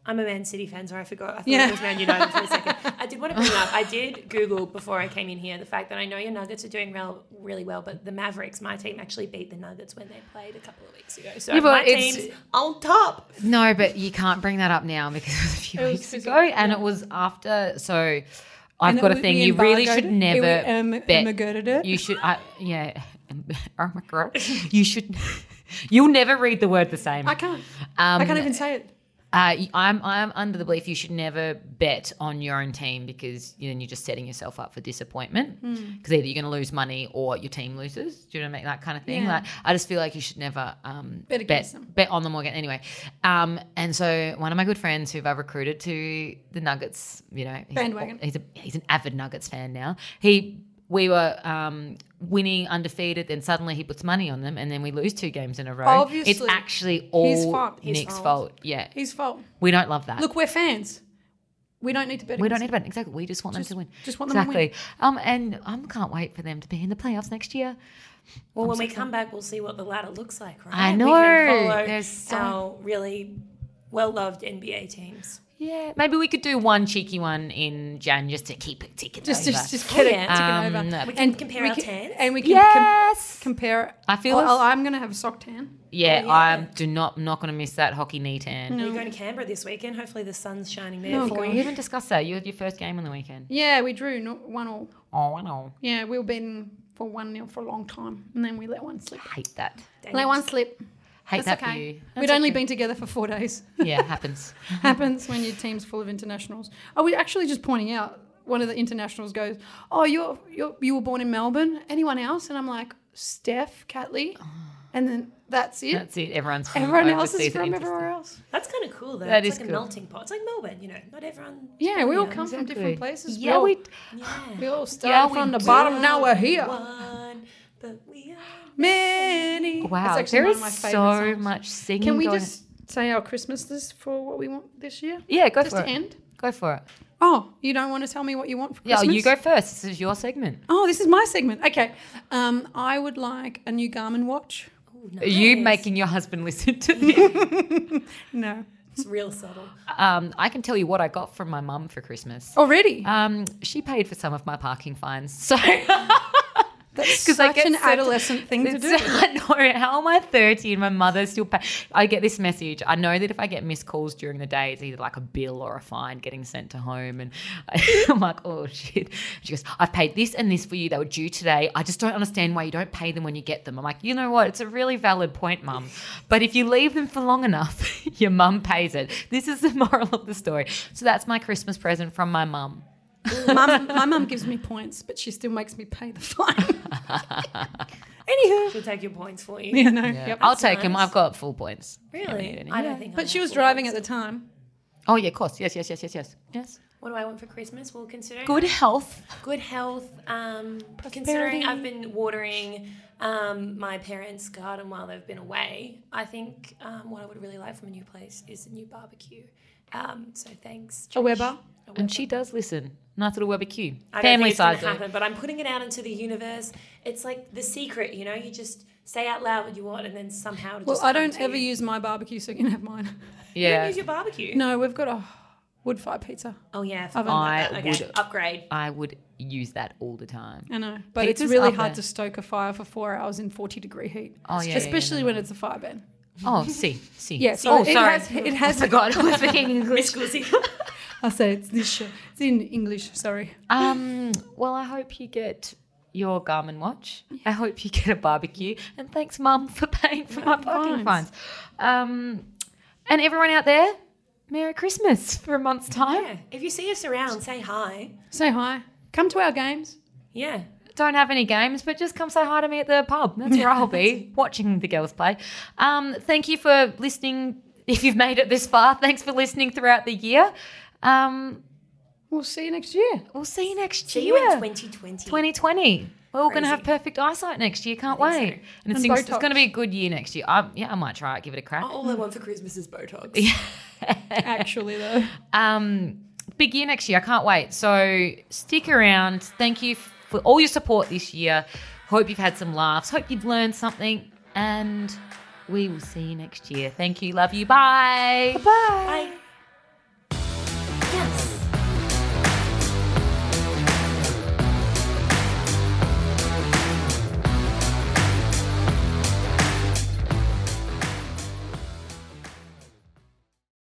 [SPEAKER 3] I'm a Man City fan, so I forgot. I thought
[SPEAKER 2] Yeah.
[SPEAKER 3] it was Man United for a second. I did want to bring up. I did Google before I came in here the fact that I know your Nuggets are doing real, really well, but the Mavericks, my team, actually beat the Nuggets when they played a couple of weeks ago. So
[SPEAKER 1] Yeah, but
[SPEAKER 3] my
[SPEAKER 1] it's-
[SPEAKER 3] team's on top.
[SPEAKER 1] No, but you can't bring that up now because it was a few
[SPEAKER 2] It was
[SPEAKER 1] weeks
[SPEAKER 2] physical,
[SPEAKER 1] ago and it was after. So I've
[SPEAKER 2] And
[SPEAKER 1] got
[SPEAKER 2] it
[SPEAKER 1] a
[SPEAKER 2] was-
[SPEAKER 1] thing.
[SPEAKER 2] we
[SPEAKER 1] You really
[SPEAKER 2] embargoed
[SPEAKER 1] should
[SPEAKER 2] it.
[SPEAKER 1] never
[SPEAKER 2] It- we, um,
[SPEAKER 1] bet.
[SPEAKER 2] embargoed it.
[SPEAKER 1] You should. I, yeah. Oh my god. You should. You'll never read the word the same.
[SPEAKER 2] I can't.
[SPEAKER 1] Um,
[SPEAKER 2] I can't even say it.
[SPEAKER 1] Uh, y- I'm I'm under the belief you should never bet on your own team because you- then you're just setting yourself up for disappointment.
[SPEAKER 2] Hmm.
[SPEAKER 1] Because either you're going to lose money or your team loses. Do you know what I mean? That kind of thing.
[SPEAKER 2] Yeah.
[SPEAKER 1] Like I just feel like you should never um,
[SPEAKER 2] Bet against
[SPEAKER 1] bet
[SPEAKER 2] them.
[SPEAKER 1] bet on them or get anyway. Um, and so one of my good friends who I've recruited to the Nuggets, you know, he's,
[SPEAKER 2] Bandwagon.
[SPEAKER 1] He's a, he's an avid Nuggets fan now. He we were um, winning undefeated, then suddenly he puts money on them, and then we lose two games in a row. it's
[SPEAKER 2] Obviously.
[SPEAKER 1] actually all
[SPEAKER 2] fault. His
[SPEAKER 1] Nick's
[SPEAKER 2] fault.
[SPEAKER 1] fault. Yeah.
[SPEAKER 2] His fault.
[SPEAKER 1] We don't love that.
[SPEAKER 2] Look, we're fans. We don't need to bet.
[SPEAKER 1] we don't need
[SPEAKER 2] against
[SPEAKER 1] to bet exactly. We just want
[SPEAKER 2] Just-
[SPEAKER 1] them to win.
[SPEAKER 2] just want them to
[SPEAKER 1] exactly.
[SPEAKER 2] win.
[SPEAKER 1] Um, and I um, can't wait for them to be in the playoffs next year.
[SPEAKER 3] Well, when we come back, we'll see what the ladder looks like, right?
[SPEAKER 1] I
[SPEAKER 3] We can
[SPEAKER 1] know.
[SPEAKER 3] follow
[SPEAKER 1] There's so-
[SPEAKER 3] our really well-loved NBA teams.
[SPEAKER 1] Yeah, maybe we could do one cheeky one in Jan just to keep it ticking
[SPEAKER 2] Just,
[SPEAKER 1] over.
[SPEAKER 2] just, just get it
[SPEAKER 3] yeah.
[SPEAKER 2] taken
[SPEAKER 1] Um,
[SPEAKER 2] over.
[SPEAKER 1] We
[SPEAKER 3] can compare
[SPEAKER 2] we
[SPEAKER 3] our
[SPEAKER 2] can-
[SPEAKER 3] tans.
[SPEAKER 2] And we can com-
[SPEAKER 1] yes.
[SPEAKER 2] compare.
[SPEAKER 1] I feel
[SPEAKER 2] Oh,
[SPEAKER 1] as-
[SPEAKER 2] oh, I'm going to have a sock tan.
[SPEAKER 1] yeah,
[SPEAKER 3] yeah.
[SPEAKER 1] I do not I'm not going to miss that hockey knee tan.
[SPEAKER 3] You're going to Canberra this weekend. Hopefully, the sun's shining there
[SPEAKER 2] Oh,
[SPEAKER 3] for
[SPEAKER 1] We
[SPEAKER 2] God.
[SPEAKER 3] you.
[SPEAKER 1] haven't discussed that. You had your first game on the weekend.
[SPEAKER 2] Yeah, we drew no, one all.
[SPEAKER 1] Oh, I know.
[SPEAKER 2] Yeah, we've been for one nil for a long time, and then we let one slip.
[SPEAKER 1] I hate that.
[SPEAKER 3] Dang
[SPEAKER 2] Let
[SPEAKER 3] it.
[SPEAKER 2] one slip.
[SPEAKER 1] Hate that
[SPEAKER 2] That's
[SPEAKER 1] for
[SPEAKER 2] okay.
[SPEAKER 1] you.
[SPEAKER 2] We'd only been together for four days.
[SPEAKER 1] Yeah, it happens.
[SPEAKER 2] happens when your team's full of internationals. I was actually just pointing out one of the internationals goes, "Oh, you're, you're you were born in Melbourne. Anyone else?" And I'm like, "Steph, Catley," and then that's it.
[SPEAKER 1] Oh. That's it. Everyone's from
[SPEAKER 2] Everyone else is
[SPEAKER 1] overseas and
[SPEAKER 2] from
[SPEAKER 1] interested.
[SPEAKER 2] everywhere else.
[SPEAKER 3] That's kind of cool, though.
[SPEAKER 1] That
[SPEAKER 3] it's
[SPEAKER 1] is
[SPEAKER 3] like
[SPEAKER 1] cool.
[SPEAKER 3] a melting pot. It's like Melbourne, you know. Not everyone.
[SPEAKER 2] Yeah, we all come from
[SPEAKER 1] Exactly.
[SPEAKER 2] different places.
[SPEAKER 1] Yeah,
[SPEAKER 2] we
[SPEAKER 1] we.
[SPEAKER 2] all,
[SPEAKER 3] Yeah.
[SPEAKER 2] we all start
[SPEAKER 1] Yeah,
[SPEAKER 2] from
[SPEAKER 1] we
[SPEAKER 2] the bottom.
[SPEAKER 3] We're
[SPEAKER 2] Now we're here.
[SPEAKER 3] one, but we are-
[SPEAKER 2] Many.
[SPEAKER 1] Wow,
[SPEAKER 2] That's actually
[SPEAKER 1] there
[SPEAKER 2] one of
[SPEAKER 1] is
[SPEAKER 2] my favourite
[SPEAKER 1] so
[SPEAKER 2] songs.
[SPEAKER 1] much singing.
[SPEAKER 2] Can we
[SPEAKER 1] going-
[SPEAKER 2] just say our Christmas list for what we want this year?
[SPEAKER 1] Yeah, go
[SPEAKER 2] Just
[SPEAKER 1] for
[SPEAKER 2] to
[SPEAKER 1] it.
[SPEAKER 2] end.
[SPEAKER 1] Go for it.
[SPEAKER 2] Oh, you don't want to tell me what you want for
[SPEAKER 1] Yeah,
[SPEAKER 2] Christmas?
[SPEAKER 1] you go first. This is your segment.
[SPEAKER 2] Oh, this is my segment. Okay. Um, I would like a new Garmin watch.
[SPEAKER 3] Ooh, nice.
[SPEAKER 1] Are You making your husband listen to this?
[SPEAKER 2] No.
[SPEAKER 3] It's real subtle.
[SPEAKER 1] um, I can tell you what I got from my mum for Christmas.
[SPEAKER 2] Already?
[SPEAKER 1] Um, she paid for some of my parking fines, so
[SPEAKER 2] That's
[SPEAKER 1] 'cause I
[SPEAKER 2] such
[SPEAKER 1] get
[SPEAKER 2] an
[SPEAKER 1] so-
[SPEAKER 2] adolescent thing to
[SPEAKER 1] it's,
[SPEAKER 2] do.
[SPEAKER 1] I know how am I thirty and my mother's still paying. I get this message. I know that if I get missed calls during the day, it's either like a bill or a fine getting sent to home, and I, I'm like, oh shit. She goes, I've paid this and this for you. They were due today. I just don't understand why you don't pay them when you get them. I'm like, you know what? It's a really valid point, mum. But if you leave them for long enough, your mum pays it. This is the moral of the story. So that's my Christmas present from my mum.
[SPEAKER 2] mum, my mum gives me points, but she still makes me pay the fine. Anywho.
[SPEAKER 3] She'll take your points for you.
[SPEAKER 2] Yeah, no. Yep.
[SPEAKER 1] I'll take them.
[SPEAKER 3] nice.
[SPEAKER 1] I've got full points.
[SPEAKER 3] Really?
[SPEAKER 1] Yeah,
[SPEAKER 3] I
[SPEAKER 1] yeah.
[SPEAKER 3] don't think. I'm
[SPEAKER 2] But she
[SPEAKER 3] that
[SPEAKER 2] was
[SPEAKER 3] full.
[SPEAKER 2] driving at the time.
[SPEAKER 1] Oh yeah, of course. Yes, yes, yes, yes, yes. Yes.
[SPEAKER 3] What do I want for Christmas? Well, considering
[SPEAKER 1] Good health.
[SPEAKER 3] good health. Um, considering I've been watering um, my parents' garden while they've been away, I think um, what I would really like from a new place is a new barbecue. Um, so thanks.
[SPEAKER 2] A Weber.
[SPEAKER 3] A
[SPEAKER 1] And she does listen. Nice little barbecue.
[SPEAKER 3] I don't
[SPEAKER 1] Family
[SPEAKER 3] think it's gonna
[SPEAKER 1] side. though.
[SPEAKER 3] happen, but I'm putting it out into the universe. It's like the secret, you know. You just say out loud what you want, and then somehow. It'll
[SPEAKER 2] Well,
[SPEAKER 3] just
[SPEAKER 2] I
[SPEAKER 3] come
[SPEAKER 2] don't
[SPEAKER 3] to
[SPEAKER 2] ever
[SPEAKER 3] you.
[SPEAKER 2] use my barbecue, so you can have mine.
[SPEAKER 3] You
[SPEAKER 1] Yeah.
[SPEAKER 3] don't use your barbecue.
[SPEAKER 2] No, we've got a wood fire pizza.
[SPEAKER 3] Oh yeah, I forgot
[SPEAKER 2] Oven.
[SPEAKER 3] about
[SPEAKER 1] I
[SPEAKER 3] that. Okay,
[SPEAKER 1] would-
[SPEAKER 3] upgrade.
[SPEAKER 1] I would use that all the time.
[SPEAKER 2] I know, but it's
[SPEAKER 1] Pizza's
[SPEAKER 2] really
[SPEAKER 1] up
[SPEAKER 2] hard
[SPEAKER 1] there.
[SPEAKER 2] to stoke a fire for four hours in forty degree heat.
[SPEAKER 1] Oh, yeah, yeah,
[SPEAKER 2] especially when it's a fire ban.
[SPEAKER 1] Oh, see, see.
[SPEAKER 2] Yes.
[SPEAKER 1] Oh,
[SPEAKER 2] it
[SPEAKER 1] sorry.
[SPEAKER 2] Has, it has.
[SPEAKER 1] I forgot. I was speaking
[SPEAKER 3] Miss
[SPEAKER 1] English.
[SPEAKER 3] Guzzi.
[SPEAKER 2] I say it's this show. It's in English. Sorry.
[SPEAKER 1] Um. Well, I hope you get your Garmin watch. I hope you get a barbecue. And thanks, Mum, for paying for my parking fines.
[SPEAKER 2] fines.
[SPEAKER 1] Um. And everyone out there, Merry Christmas for a month's time.
[SPEAKER 3] yeah. If you see us around, say hi.
[SPEAKER 2] Say hi. Come to our games.
[SPEAKER 3] Yeah.
[SPEAKER 1] don't have any games, but just come say hi to me at the pub. That's where I'll be watching the girls play. Um, thank you for listening. If you've made it this far, thanks for listening throughout the year. Um,
[SPEAKER 2] We'll see you next year.
[SPEAKER 1] we'll see you next
[SPEAKER 3] See
[SPEAKER 1] year.
[SPEAKER 3] you in 2020.
[SPEAKER 1] 2020. We're all going to
[SPEAKER 3] Crazy.
[SPEAKER 1] have perfect eyesight next year. Can't
[SPEAKER 3] I think
[SPEAKER 1] wait. And it's,
[SPEAKER 2] And
[SPEAKER 1] it's
[SPEAKER 2] Botox.
[SPEAKER 1] going to be a good year next year. I, yeah, I might try it. Give it a crack.
[SPEAKER 3] All I want for Christmas is Botox.
[SPEAKER 2] Actually, though.
[SPEAKER 1] um, big year next year. I can't wait. So stick around. Thank you for all your support this year. Hope you've had some laughs. Hope you've learned something. And we will see you next year. Thank you. Love you. Bye.
[SPEAKER 2] Bye.
[SPEAKER 3] Bye.